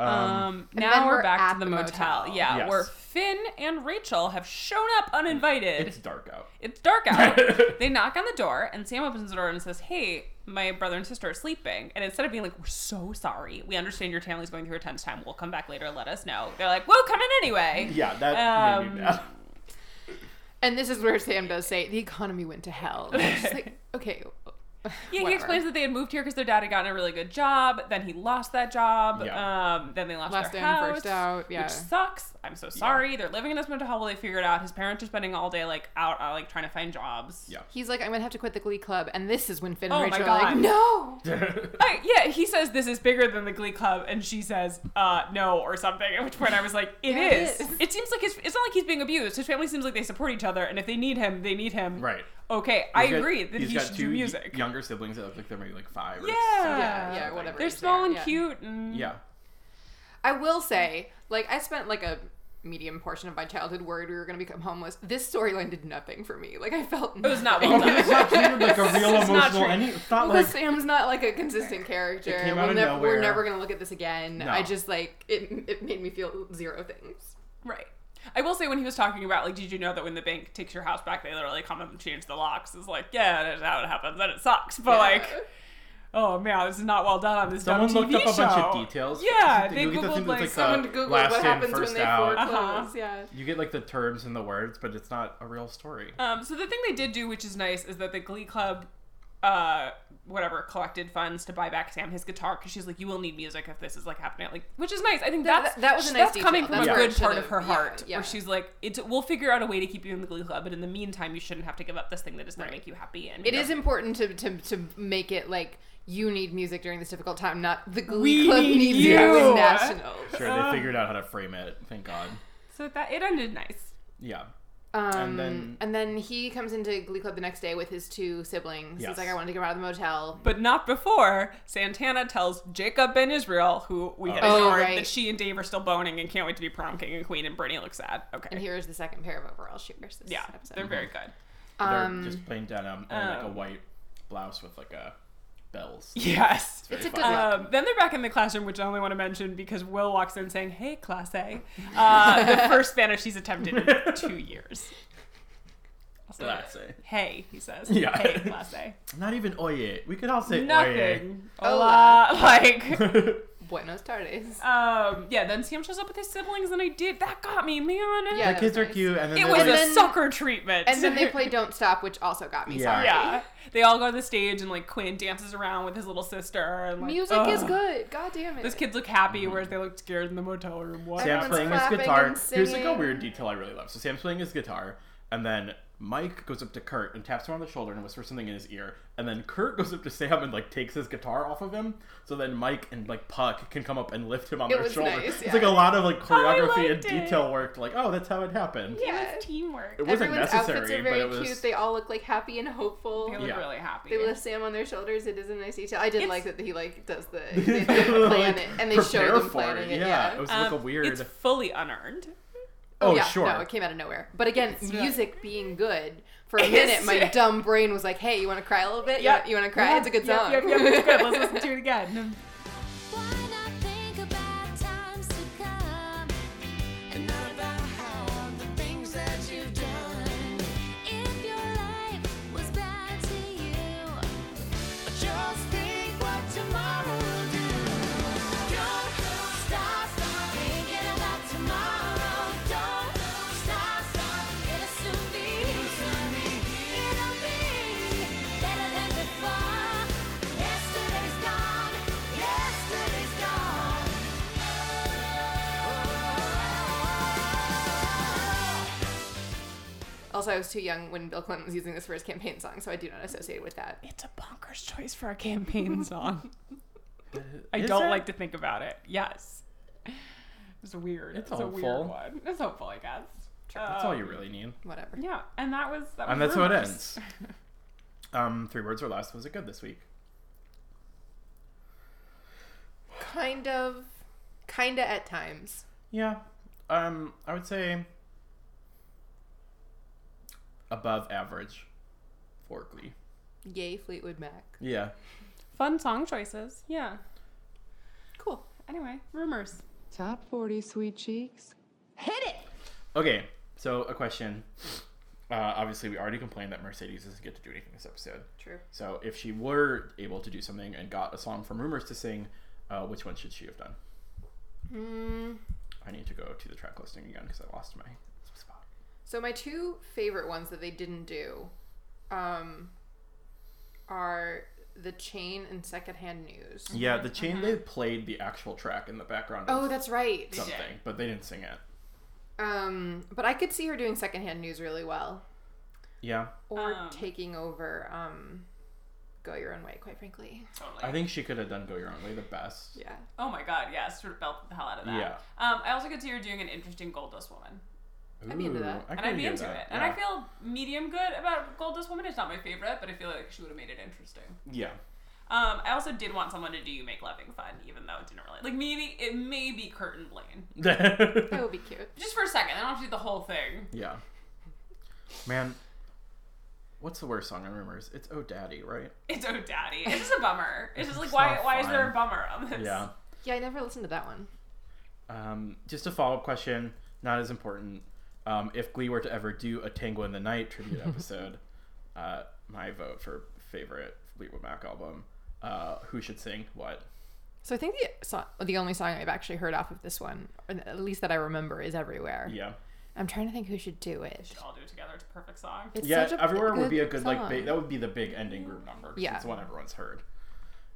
Um, Um, And now then we're, we're back at to the, the motel. motel. Yeah, Yes. where Finn and Rachel have shown up uninvited. It's, it's dark out. dark out. they knock on the door, and Sam opens the door and says, "Hey, my brother and sister are sleeping." And instead of being like, "We're so sorry. We understand your family's going through a tense time. We'll come back later. Let us know." They're like, "We'll come in anyway." Yeah, that made Um, me mad. And this is where Sam does say, the economy went to hell. And I'm just like, okay. Yeah, whatever. he explains that they had moved here because their dad had gotten a really good job. Then he lost that job. Yeah. Um, then they lost, Last their in, house, first out, yeah. which sucks. I'm so sorry. They're living in this mental hell while they figure it out. His parents are spending all day like out, uh, like trying to find jobs. Yeah. He's like, I'm gonna have to quit the Glee Club, and this is when Finn Oh and my Rachel are God. like, no. I, yeah. He says this is bigger than the Glee Club, and she says uh, no or something. At which point I was like, it Yeah, it is. is. It seems like his, it's not like he's being abused. His family seems like they support each other, and if they need him, they need him. Right. Okay, I He's got- agree that he's he got should two do y- music. younger siblings that look like they're maybe like five. Or Yeah. Seven. Yeah, yeah, whatever. They're age small and yeah. cute. And Yeah. I will say, like, I spent like a medium portion of my childhood worried we were gonna become homeless. This storyline did nothing for me. Like, I felt It was not well Oh, done. it's not treated like a real It's not emotional. treated- Any, it's not Because like Sam's not like a consistent character. came we'll out of nev- We're nowhere. never gonna look at this again. No. I just like it. It made me feel zero things. Right. I will say when he was talking about like, did you know that when the bank takes your house back, they literally come up and change the locks? It's like, yeah, that's how it happens, and it sucks. But Yeah. like, oh man, this is not well done on this Someone dumb looked TV up a show. bunch of details. Yeah, You they get the googled thing like, that's like, uh, Someone googled last what in, happens when first they out. foreclose. Uh-huh. Yeah. You get like the terms and the words, but it's not a real story. Um, so the thing they did do, which is nice, is that the Glee Club, uh, whatever, collected funds to buy back Sam his guitar because she's like, you will need music if this is like happening, like, which is nice. I think That- that's that was a nice that's coming detail. from That's a where good it part should've- of her yeah, heart, yeah. where she's like, it's we'll figure out a way to keep you in the Glee Club, but in the meantime, you shouldn't have to give up this thing that does not make you happy. And It is important to, to to make it like you need music during this difficult time, not the Glee We Club need needs you. you. as nationals. uh. Sure, they figured out how to frame it. Thank God. so that it ended nice. Yeah. Um, And and then- then he comes into Glee Club the next day with his two siblings. Yes. He's like, I wanted to get him out of the motel. But not before Santana tells Jacob and Israel, who we had Oh. ignored, Oh, right. that she and Dave are still boning and can't wait to be prom king and queen, and Brittany looks sad. Okay. And here is the second pair of overall shooters this yeah, episode. they're very good. They're Um, just plain denim and like a um, white blouse with like a bells. Yes. very It's a fun. good look. Um, then they're back in the classroom, which I only want to mention because Will walks in saying, "Hey, class A," uh, the first Spanish he's attempted in two years. Also, Class A. Hey, he says. Yeah. Hey, class A. Not even oye. We could all say Nothing. Hola. Hola. Like, oye. Buenos Uh, tardes. um, yeah. Then Sam shows up with his siblings, and I did. That got me, man. Yeah, the that's kids are nice. cute, and then It they're was like, a then- sucker treatment. And then they play Don't Stop, which also got me Yeah. sorry. Yeah. They all go to the stage, and like Quinn dances around with his little sister. And, like, Music is ugh. good. God damn it. Those kids look happy, whereas they look scared in the motel room. What? Sam's Everyone's playing his clapping guitar. and Here's like a singing. weird detail I really love. So Sam's playing his guitar, and then Mike goes up to Kurt and taps him on the shoulder and whispers something in his ear. And then Kurt goes up to Sam and like takes his guitar off of him. So then Mike and like Puck can come up and lift him on It their was shoulder. It's nice, yeah. Oh, like a lot of like choreography and liked it. detail work. To, like, oh, that's how it happened. Yeah, Yeah. it's teamwork. It wasn't Everyone's outfits necessary, are but very it was. cute. They all look like happy and hopeful. They look Yeah. really happy. They lift Sam on their shoulders. It is a nice detail. I did It's- like that he like does the they plan it and they show prepare them for planning it. Yeah, Yeah. it was Um, like a weird. It's fully unearned. oh, yeah, sure. No, it came out of nowhere. But again, really- music being good for a It's- minute, my dumb brain was like, "Hey, you want to cry a little bit? Yeah, you want to cry? it's a good song. Yep, yep, yep, it's good. Let's listen to it again. Why not think about times to come and not about how the things that you've done? If your life was bad to you, just think what tomorrow will do. Don't stop thinking about tomorrow. Don't stop. It'll soon be. It'll be better than before. Yesterday's gone. Yesterday's gone. Also, I was too young when Bill Clinton was using this for his campaign song, so I do not associate it with that. It's a bonkers choice for a campaign song. I Is don't it? like to think about it. Yes. It's weird. It's It's, a weird hopeful. one. It's hopeful, I guess. That's all you Um, really need. Whatever. Yeah, and that was. That was And that's how it rumors. ends. Um, three words or less. Was it good this week? Kind of, kinda at times. Yeah. Um, I would say above average for Glee. Yay, Fleetwood Mac. Yeah. Fun song choices. Yeah. Cool. Anyway, rumors. Top 40 sweet cheeks. Okay. So a question. Uh, obviously, we already complained that Mercedes doesn't get to do anything this episode. True. So if she were able to do something and got a song from Rumors to sing, uh, which one should she have done? Mm, I need to go to the track listing again because I lost my spot. So my two favorite ones that they didn't do, um, are the chain and secondhand news. Yeah, the chain they played the actual track in the background. Oh, of that's right. something, but they didn't sing it. Um, but I could see her doing secondhand news really well, Yeah, or Um. taking over. Um, go your own way. Quite frankly. Totally. I think she could have done "Go Your Own Way" the best. Yeah. oh my god, yeah, sort of belted the hell out of that. Yeah. Um, I also could see her doing an interesting Goldust woman. I'd be into that. I and I'd kinda be hear into that, it. And I feel medium good about Goldust Woman. It's not my favorite, but I feel like she would have made it interesting. Yeah. Um, I also did want someone to do "You Make Loving Fun," even though it didn't really like maybe it may be Curtin Blaine That would be cute. just for a second. I don't have to do the whole thing. yeah. Man, what's the worst song on Rumors? It's "Oh Daddy," right? It's oh daddy. It's just a bummer. It's just like It's why not why is there a fun. bummer on this? Yeah. Yeah, I never listened to that one. Um, just a follow-up question, not as important. Um, if Glee were to ever do a "Tango in the Night" tribute episode, uh, my vote for favorite Fleetwood Mac album. Uh, who should sing what? So I think the song, the only song I've actually heard off of this one, or at least that I remember, is "Everywhere." Yeah. I'm trying to think who should do it. We should all do it together. It's a perfect song. It's yeah, such a everywhere would be a good like song. big, that would be the big ending group number. 'cause Yeah. it's one everyone's heard.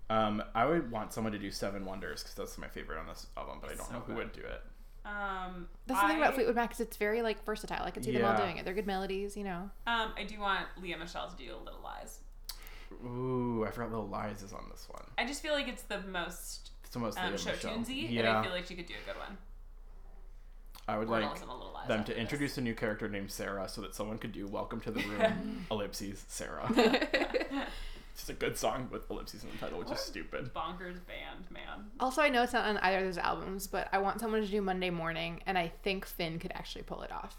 Um, I would want someone to do Seven Wonders because that's my favorite on this album, but I don't know who would do it. Um, That's the thing about I- Fleetwood Mac is it's very like versatile. I can see them all Yeah. doing it. They're good melodies, you know. Um, I do want Leah Michelle to do Little Lies. Ooh, I forgot Little Lies is on this one. I just feel like it's the most It's almost um, Lea show Michele. tunesy, and Yeah, I feel like she could do a good one. I would Squirtles like and a little eyes them after to this. introduce a new character named Sarah so that someone could do Welcome to the Room, ellipses, Sarah. Just a good song with ellipses in the title, which is stupid. bonkers band, man. Also, I know it's not on either of those albums, but I want someone to do Monday Morning, and I think Finn could actually pull it off.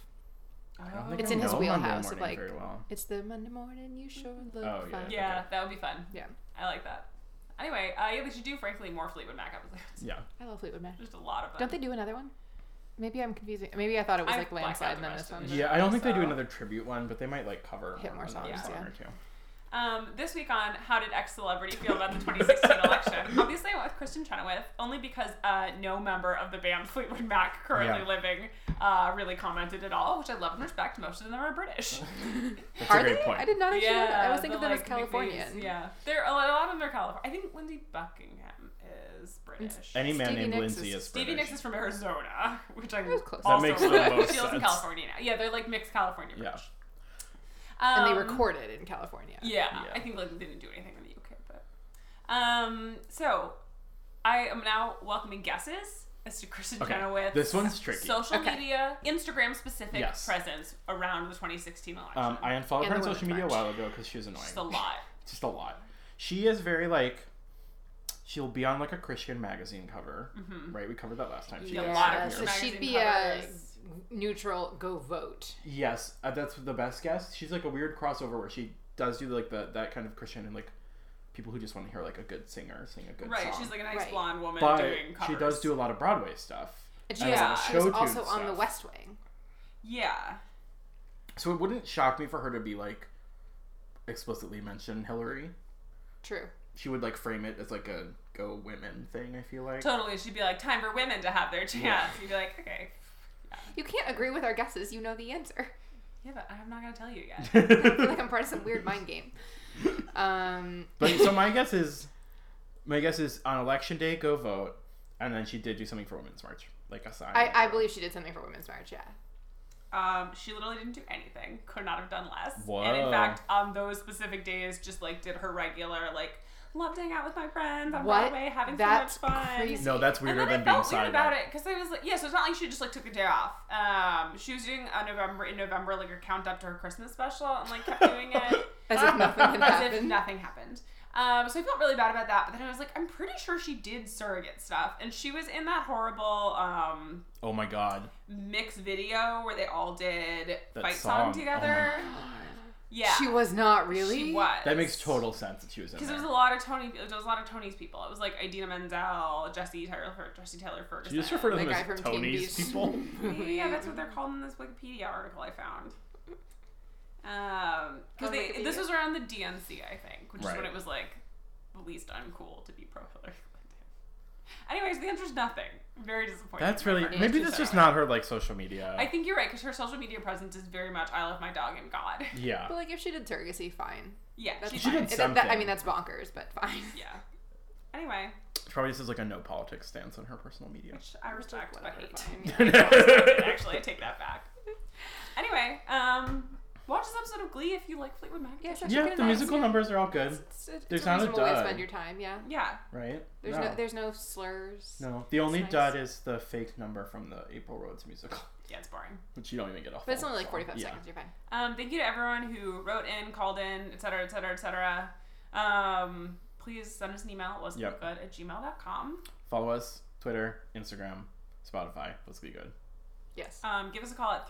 I don't think It's I in his know Monday wheelhouse of, Morning like- very well. It's the Monday morning you sure look Oh, yeah. fine. Yeah, that would be fun. Yeah. I like that. Anyway, uh, yeah, they should do, frankly, more Fleetwood Mac episodes. Yeah. I love Fleetwood Mac. Just a lot of them. Don't they do another one? Maybe I'm confusing. Maybe I thought it was I like blacked out landslide the and then rest this of one. it. Yeah, I don't think they do So- another tribute one, but they might like cover Hit more another songs, song yeah. or two. Um, this week on How Did Ex Celebrity Feel About the 2016 Election? Obviously, I went with Kristen Chenoweth, only because uh, no member of the band Fleetwood Mac currently Yeah. living uh, really commented at all, which I love and respect. Most of them are British. That's Are a great they? point. I did not actually know that. I was thinking the, of them as like, McVeighs, Californian. Yeah, there a lot, a lot of them are California. I think Lindsey Buckingham is British. Any man Stevie named Nicks Lindsay is- is Stevie Nicks British. is from Arizona, which I was close. That also makes the most She lives in sense. California now. Yeah, they're like mixed California Yeah. British. And they Um, recorded in California. Yeah, Yeah. I think like they didn't do anything in the UK, but um, so I am now welcoming guesses as to Kristen Okay, Chenoweth's this one's tricky. Social Okay. media, Instagram specific Yes. presence around the 2016 election. Um, I unfollowed And her the on women's social media a march. while ago because she was annoying. Just a lot. just a lot. She is very like she'll be on like a Christian magazine cover, right? We covered that last time. She Mm-hmm. A gets lot sick of here. so magazine she'd be covers. a neutral go vote. yes, uh, that's the best guess. She's like a weird crossover where she does do like the that kind of Christian and like people who just want to hear like a good singer sing a good Right, song. she's like a nice Right. blonde woman but doing covers. she does do a lot of Broadway stuff. And she, and, Yeah. was, like, she was show also tune on the stuff. West Wing. Yeah. So it wouldn't shock me for her to be like explicitly mention Hillary. True. She would like frame it as like a go women thing. I feel like. Totally. She'd be like, time for women to have their chance. You'd be like, okay. You can't agree with our guesses. You know the answer. Yeah, but I'm not going to tell you yet. I feel like I'm part of some weird mind game. Um, But so my guess is, my guess is on election day go vote, and then she did do something for Women's March, like a sign. I, I believe she did something for Women's March, yeah. Um, she literally didn't do anything. Could not have done less. And in Whoa. fact, on those specific days, just like did her regular like loved hanging out with my friends on What? Broadway, having That's so much fun. crazy. no, that's And weirder then I than being felt weird sidelined. about it because I was like, yeah, so it's not like she just like took a day off. Um, she was doing a November in November like a count up to her Christmas special and like kept doing it As if as if nothing had happened. nothing happened. Um, so I felt really bad about that. But then I was like, I'm pretty sure she did surrogate stuff, and she was in that horrible um, Oh my god, mix video where they all did That fight song, song. Oh together. yeah, She was not really. She was. that makes total sense that she was in because it there. was a lot of Tony. It was a lot of Tony's people. It was like Idina Menzel, Jesse Taylor, Jesse Taylor Ferguson. She just referred to The them guy as from Teen Tony's Beach. people. yeah, that's what they're called in this Wikipedia article I found. Um, On because they Wikipedia. this was around the DNC, I think, which is when Right. it was like the least uncool to be pro Hillary Clinton. Anyways, the answer's nothing. Very disappointing. That's on my really part. maybe She's that's just out. not her like social media. I think you're right because her social media presence is very much "I love my dog and God." yeah, But like if she did surrogacy, fine. Yeah, That's she's She fine. did It- that- that- I something. mean, that's bonkers, but fine. Yeah. Anyway, She probably just is like a no politics stance on her personal media. which I respect but whatever, hate. fine. Actually, I take that back. Anyway, um, watch this episode of Glee if you like Fleetwood Mac. Yeah, it's actually yeah, kinda the nice. musical numbers are all good, It's, it's There's a not a reasonable way to dud. spend your time. Yeah. Yeah. right? There's no, there's no slurs. No. The only nice. dud is the fake number from the April Rhodes musical, Yeah, it's boring. which you don't even get off. But it's only like 45 yeah. seconds. You're fine. Um, thank you to everyone who wrote in, called in, et cetera, et cetera, et cetera. Um, please send us an email. It wasn't Yep. good at gmail.com. Follow us Twitter, Instagram, Spotify. Let's be good. Yes. Um, give us a call at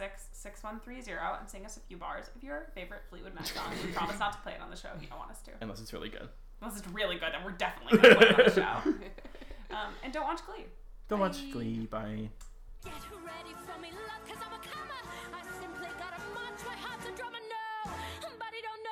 330-366-6130 and sing us a few bars of your favorite Fleetwood Mac song. We promise not to play it on the show if you don't want us to. Unless it's really good. Unless it's really good, then we're definitely going to put it on the show. Um, and don't watch Glee. Don't watch Glee. Bye. Get ready for me, love, cause I'm a comer. I simply gotta march my heart and drum and know. But he don't know